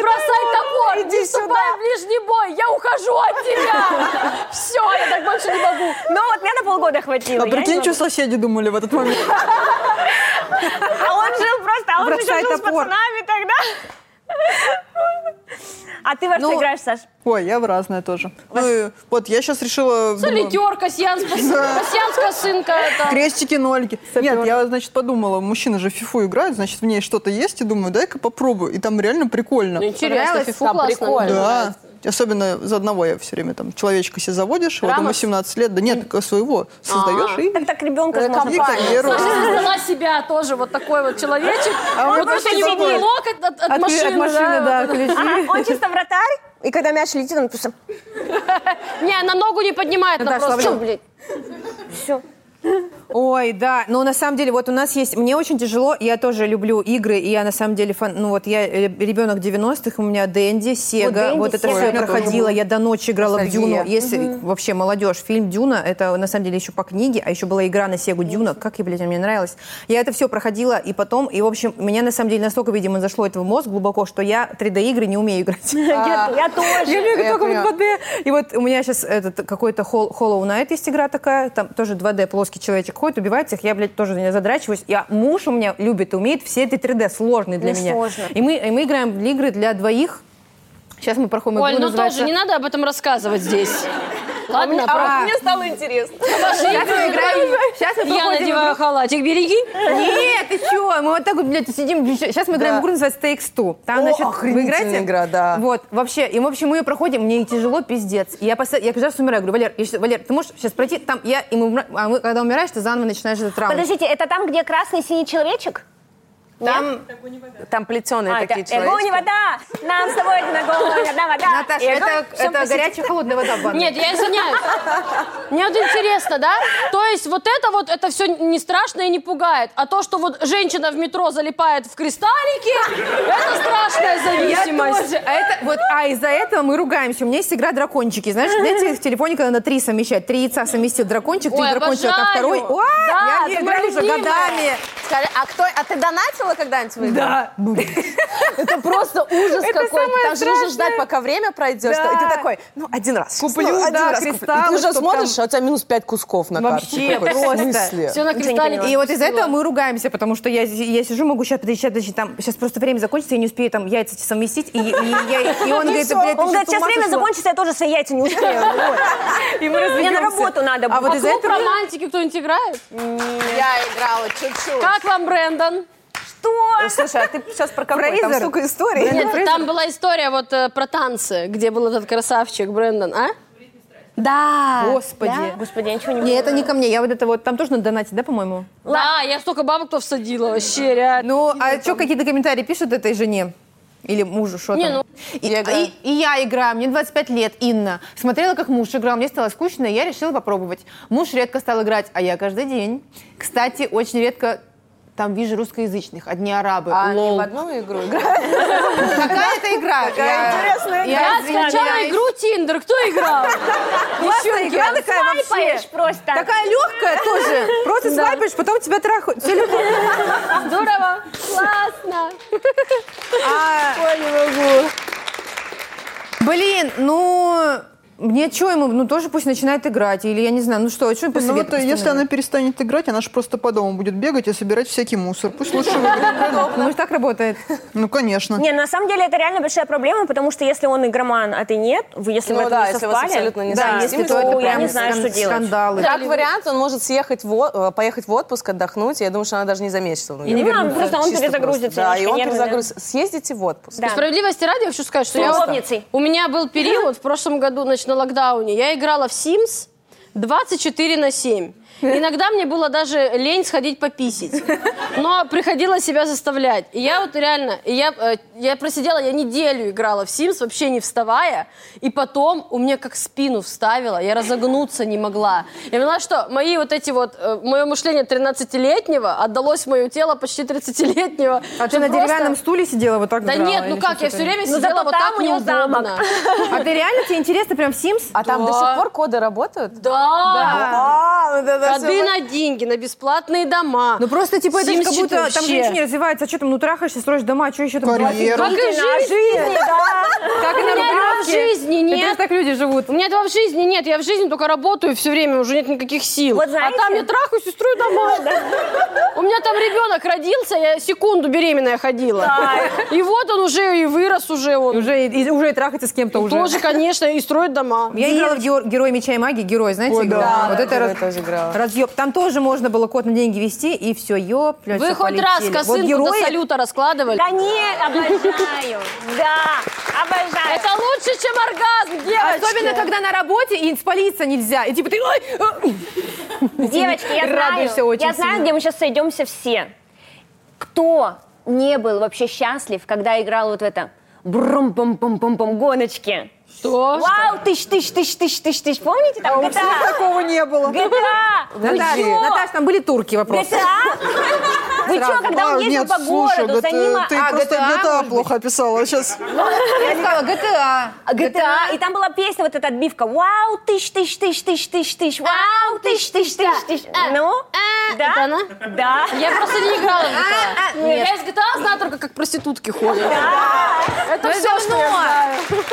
A: Бросай топор,
F: иди
A: не вступай
F: сюда.
A: в ближний бой, я ухожу от
B: (laughs)
A: тебя. Все, я так больше не могу.
C: Ну вот меня на полгода хватило.
D: А
C: я не
D: прикинь,
C: могу.
D: что соседи думали в этот момент.
C: А он жил просто, а он еще
B: Бросай
C: жил с
B: топор.
C: пацанами тогда. А ты во что
D: Ну,
C: играешь, Саш?
D: Ой, я в разное тоже. Ну, и вот я сейчас решила... думаю,
A: Солитер, Касьян, Касьян, Косынка. это.
D: Крестики, нолики. Нет, я, значит, подумала, мужчины же в фифу играют, значит, в ней что-то есть, и думаю, дай-ка попробую. И там реально прикольно.
A: Ну, интересно,
F: Понравилось?
A: фифу
F: Там
A: классно.
F: прикольно.
D: Да. Особенно за одного я все время там человечка себе заводишь, вот ему
A: Рамос?
D: 17 лет, да нет, своего создаешь и...
C: Так так ребенка
F: Э,
C: же можно
D: и
F: компания.
D: карьеру.
A: Саша создала себя тоже вот такой вот человечек.
D: А он
A: вот
D: просто
A: у него
D: такой.
A: блок от, от- от
B: От,
A: машины.
B: от машины, да,
A: вот
B: ключи.
C: Ага, он чисто вратарь, и когда мяч летит, он просто...
A: это. Не, она ногу не поднимает, она
B: Наташа,
A: просто...
B: ловлю.
A: Чё, блядь?
C: Все.
B: Ой, да, но на самом деле вот у нас есть, мне очень тяжело, я тоже люблю игры, и я на самом деле, фан, ну вот я э, ребенок 90-х, у меня Дэнди, Сега,
C: Дэнди,
B: вот это
C: Сега.
B: все
C: Ой, у меня
B: проходила, я до ночи играла в
F: Ностальгия.
B: Дюну, если вообще молодежь, фильм Дюна, это на самом деле еще по книге, а еще была игра на Сегу Дюна, как я, блядь, она мне нравилась. Я это все проходила, и потом, и в общем, меня на самом деле настолько, видимо, зашло это в мозг глубоко, что я 3D-игры не умею играть.
C: Я я тоже.
B: Я люблю
D: Я
B: только в
D: поняла.
B: 2D. И вот у меня сейчас этот какой-то Hol- Hollow Knight есть игра такая, там тоже 2D плоский человечек ходит, убивает всех, я, блядь, тоже на неё задрачиваюсь. Я, муж у меня любит и умеет все эти 3D, сложные для
C: Ну,
B: меня.
C: сложно.
B: И мы, и мы играем в игры для двоих. Сейчас мы проходим
A: Оль,
B: игру,
A: ну
B: называется-
A: тоже не надо об этом рассказывать здесь. Ладно,
B: А,
F: Мне стало интересно.
B: сейчас мы играем- сейчас мы
A: Я
B: проходим игру-
A: надеваю халатик, береги.
B: Нет, ты чё? Мы вот так вот, блядь, сидим. Сейчас мы играем в игру, называется Takes Two. Там,
F: О,
B: значит, вы
F: охренительная
B: играете?
F: игра, да.
B: Вот, вообще. И, в общем, мы ее проходим, мне и тяжело, пиздец. И я, постоянно, я каждый раз умираю. Говорю, Валер, я щас- Валер, ты можешь сейчас пройти? Там я, и мы, умра- а мы, когда умираешь, ты заново начинаешь этот раунд.
C: Подождите, это там, где красный и синий человечек?
F: Там, там плетеные
C: А,
F: такие
C: это не
F: человечки.
C: вода! Нам с тобой одна одна вода!
B: Наташа,
C: И огонь,
B: это,
C: всем
B: это
C: спасибо.
B: горячая холодная вода в ванной.
A: Нет, я извиняюсь. Мне вот интересно, да? То есть вот это вот, это все не страшно и не пугает. А то, что вот женщина в метро залипает в кристаллики, это страшная
B: Я
A: зависимость.
B: тоже. А, это, вот, а из-за этого мы ругаемся. У меня есть игра дракончики. Знаешь, знаете, в телефоне, когда на три совмещать. Три яйца совместил дракончик, три
A: Ой,
B: дракончика, а
A: обожаю.
B: второй... О,
A: Да,
B: я в нее
A: это
B: играю
A: моя
B: уже
A: любимая.
B: годами.
F: Скажи, а, кто, а ты донатила когда-нибудь выиграла?
B: Да.
F: Это просто ужас
B: Это
F: какой-то.
B: самое
F: Там же
B: страшное.
F: нужно ждать, пока время пройдет.
B: Да.
F: И ты такой, ну, один раз.
B: Куплю,
F: Ну, один
B: да,
F: раз куплю.
B: кристаллы,
F: И ты уже
B: чтоб
F: смотришь,
B: там-
F: а у тебя минус пять кусков на
B: Вообще
F: карте. Ты такой,
B: просто.
F: В смысле?
A: Все на кристаллике.
B: И вот из-за этого мы ругаемся, потому что я, я сижу, могу сейчас, подожди, сейчас, подожди, там, сейчас просто время закончится, я не успею там яйца эти совместить, и, и, я- и он говорит, «Блядь, ты что,
C: Он говорит,
B: с ума
C: сейчас время
B: сошла?»
C: закончится, я тоже свои яйца не успею. Вот.
B: И мы
C: Мне на
B: разведемся.
C: работу надо
B: А
C: будет.
B: вот
A: А
B: из-за
A: клуб
B: этого...
A: романтики кто-нибудь играет?
F: Я играла чуть-чуть.
A: Как вам, Брэндон?
C: Что?
F: Слушай, а ты сейчас про какой?
B: Фрейзер.
F: Там столько
B: (laughs)
F: историй.
A: Нет, там была история вот э, про танцы, где был этот красавчик Брэндон, а? Да.
B: Господи.
C: Да? Господи, я ничего не
B: Не,
C: понимаю.
B: это не ко мне, я вот это вот, там тоже надо донатить, да, по-моему?
A: Да, я столько бабок то всадила, вообще, реально.
B: Ну, а что, какие-то комментарии пишут этой жене? Или мужу, что
A: Не,
B: там?
A: ну,
B: и, а
F: я играю.
B: и- и я играю, мне 25 лет, Инна. Смотрела, как муж играл, мне стало скучно, и я решила попробовать. Муж редко стал играть, а я каждый день. Кстати, очень редко там вижу русскоязычных, одни арабы.
F: А они
B: Лол.
F: в одну игру играют?
B: Какая это игра? Я-
F: интересная
A: Ну, Я
B: извиняюсь.
A: скачала игру Тиндер, кто играл?
B: Классная игра такая вообще.
C: Слайпаешь просто.
B: Такая легкая тоже. Просто слайпаешь, потом тебя трахают. Всё легко.
A: (laughs) Здорово, классно.
B: А, Блин, ну... Мне что ему, ну тоже пусть начинает играть, или я не знаю, ну что, что
D: Ну, это если она перестанет играть, она же просто по дому будет бегать и собирать всякий мусор. Пусть лучше выиграет.
B: Ну, так работает.
D: Ну, конечно.
C: Не, на самом деле это реально большая проблема, потому что если он игроман, а ты нет, вы если
F: Ну
C: вы
F: да,
C: не
F: если у вас
C: совпали,
F: абсолютно не
C: да,
F: совместимы,
C: если
F: то это
C: то я
F: прям
C: не знаю,
B: скан-
C: что делать.
B: Скандалы.
F: Как вариант, он может съехать в о- э, поехать в отпуск, отдохнуть. Я думаю, что она даже не заметит, что он уехал.
C: не Ну, а вернется. просто он
F: Чисто
C: перезагрузится
F: просто. Да, и
C: немножко
F: он
C: нервно,
F: перезагрузится. Съездите в отпуск.
C: Да.
A: Справедливости ради, я хочу сказать, что
C: С
A: я...
C: любовницей.
A: У меня был период в прошлом году, значит, на локдауне. Я играла в Sims 24 на 7. Иногда мне было даже лень сходить пописить. Но приходилось себя заставлять. И я вот реально, и я, э, я просидела, я неделю играла в Sims, вообще не вставая. И потом у меня как спину вставило, я разогнуться не могла. Я поняла, что мои вот эти вот, мое мышление 13-летнего отдалось в мое тело почти 30-летнего.
B: А ты
A: что
B: на
A: просто-
B: деревянном стуле сидела вот так
A: да
B: играла,
A: нет, ну
B: или
A: как,
B: что
A: я
B: это?
A: все время
C: Ну,
A: сидела
C: зато
A: вот
C: там
A: так
C: у него
A: неудобно.
C: замок.
A: (laughs)
B: А ты реально, тебе интересно прям Sims?
F: А там до
A: Да.
F: сих пор коды работают?
A: Да,
F: А, вот это
A: коды
F: всё.
A: на деньги, на бесплатные дома.
B: Ну просто типа это же
A: Sims
B: как будто
A: это
B: там же
A: вообще.
B: ничего не развивается. А что там, ну трахаешься, строишь дома, а что еще там?
D: Карьеру.
A: Как и жизнь.
C: Да.
B: Как и
A: У
B: на
A: меня этого в
B: Рублевке.
A: жизни
B: Это же
A: нет.
B: так люди живут.
A: У меня этого в жизни нет. Я в жизни только работаю все время, уже нет никаких сил.
C: Вот
A: а
C: знаете-
A: там я трахаюсь и строю
C: (laughs)
A: дома. У меня там ребенок родился, я секунду беременная ходила. И вот он уже и вырос уже он.
B: Уже и, и- уже и трахаться с кем-то уже.
A: Тоже, конечно, и строит
B: (laughs)
A: дома.
B: Я играла в «Геро- «Герой меча и магии», «Герой», знаете,
D: Ой, да.
B: играла?
D: Да,
B: вот это раз-
F: тоже играла.
B: разъеб. Там тоже можно было код на деньги вести, и все, ёп, блядь,
A: Вы
B: всё,
A: хоть раз
B: полетели.
A: косынку
B: «Герои»
A: до салюта раскладывали?
C: Да нет, обожаю. Да, обожаю.
A: Это лучше, чем оргазм, девочки.
B: Особенно, когда на работе и спалиться нельзя. И типа ты, ой, э,
A: Ну
C: Девочки, я
B: Радуешься
C: знаю,
B: очень
C: я знаю,
B: сильно.
C: где мы сейчас сойдемся все. Кто не был вообще счастлив, когда играл вот в это брум пум пум пум пум гоночки?
A: Что?
C: Вау, тысяч, тысяч, тысяч, тысяч, тысяч, тысяч. Помните там GTA?
D: Такого не было.
C: GTA! Ну, Вы
B: Наталья,
C: чё?
B: Наташа, там были турки вопросы.
C: GTA? Вы что,
B: Сразу.
C: когда он
D: А,
C: ездил
D: нет,
C: по
D: слушай,
C: городу, за
D: GTA,
C: ним... а,
D: ты
B: а,
D: просто
B: GTA,
D: GTA,
B: может
D: плохо описала сейчас.
B: Я сказала, GTA.
C: а, GTA, и там была песня, вот эта отбивка. Вау, тысяч, тысяч, тысяч, тысяч, тысяч, тысяч, вау, тысяч, тысяч, тысяч, тысяч.
A: А,
C: Ну?
A: а,
C: Да?
A: это она?
C: Да.
A: Я просто не играла в
B: А, а,
A: GTA. Я из GTA знаю только, как проститутки ходят. Это все, что Ну, я знаю.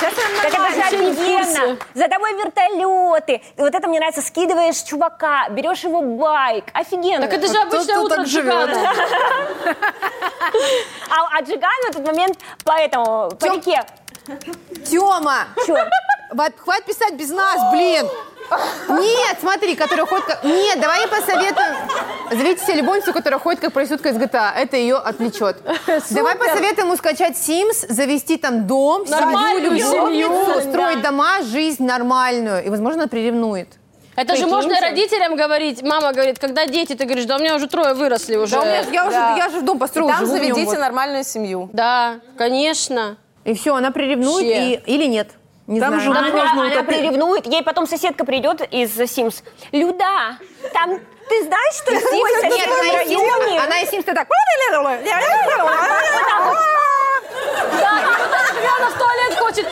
C: Как это же
A: Вообще не в
C: офигенно.
A: курсе.
C: За тобой вертолеты. И вот это мне нравится. Скидываешь чувака, берешь его байк. Офигенно.
A: Так это же обычное
D: кто
A: утро
D: так живет?
A: Джигана.
C: А, а Джиган в этот момент по этому, по
B: Тём-
C: реке.
B: Тёма,
C: Чё?
B: вот хватит писать без нас, блин. Нет, смотри, который ходит как... Нет, давай я посоветую. Зовите себе любовницу, которая ходит как проститутка из GTA. Это ее отвлечет. Давай посоветуем ему скачать Sims, завести там дом,
A: Нормальную
B: семью, любовницу,
A: семью,
B: строить
A: да.
B: дома, жизнь нормальную. И, возможно, она приревнует.
A: Это же можно и
C: Прикиньте.
A: родителям говорить. Мама говорит, когда дети, ты говоришь, да у меня уже трое выросли уже.
B: я,
F: уже- я
B: же дом построил,
F: Там заведите нормальную семью.
A: Да, конечно.
B: И все, она приревнует
A: Вообще.
B: и- или нет. Не
D: Там
B: знаю.
D: же
C: Она,
D: можно
C: она
D: утопить.
C: приревнует, ей потом соседка придет из Sims. Люда, там ты знаешь, что твой сосед
B: Нет, она
C: в
B: и Sims-
C: районе?
B: она и Sims-то так...
A: Да, и вот эта Джигана в туалет хочет.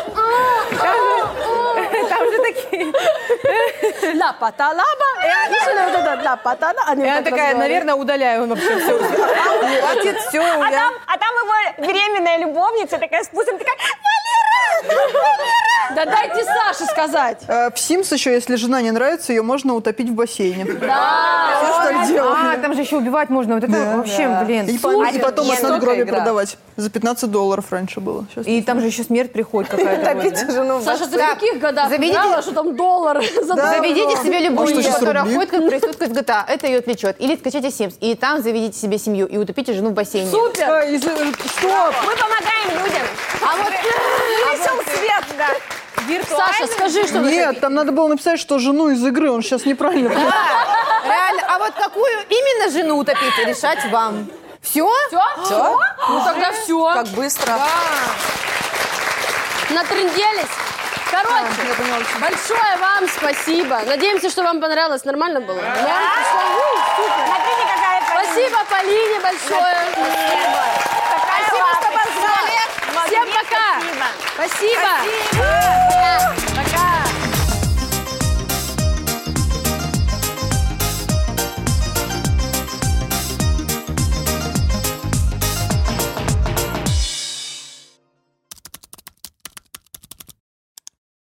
A: а,
F: Там же такие... Ла паталаба. вот это ла патала. Они
B: Она такая, наверное, удаляю вообще все. Хватит, все,
C: А там, а там его беременная любовница такая с пузом, такая, Валера, Валера.
A: Да дайте Саше сказать.
D: А, В Sims еще, если жена не нравится, ее можно утопить в бассейне. Все, что так
B: А,
D: делали.
B: там же еще убивать можно. Вот это вообще, блин.
D: И, по- и
F: Слушай,
D: потом
F: я
D: от
F: столько
D: надгробия
F: играла.
D: продавать. За 15 долларов раньше было. Сейчас
B: И там же еще смерть приходит какая-то. вот, да?
F: жену в
A: Саша, ты в
B: Да.
A: каких годах
B: Заведите-
A: играла, что там доллар (laughs) за
D: Да,
B: Заведите
D: да.
B: себе
D: А что,
B: любовницу,
D: сейчас
B: которая
D: рубли?
B: ходит как проститутка из GTA. Это ее отвлечет. Или скачайте Sims. И там заведите себе семью. И утопите жену в бассейне.
A: Супер!
D: А, если- Что?
C: Мы помогаем людям.
B: А вот
C: Несем свет, да.
A: Саша, скажи, что вы
D: Нет, там надо было написать, что жену из игры, он сейчас неправильно. понял.
B: реально, а вот какую именно жену утопить, решать вам. Все?
A: Все? Ну тогда все.
F: Как быстро.
A: Натрынделись. Короче, большое вам спасибо. Надеемся, что вам понравилось. Нормально было?
C: Смотрите, какая
A: Спасибо Полине большое.
C: Спасибо,
A: Спасибо, что позвали. Всем пока. Спасибо.
C: Спасибо.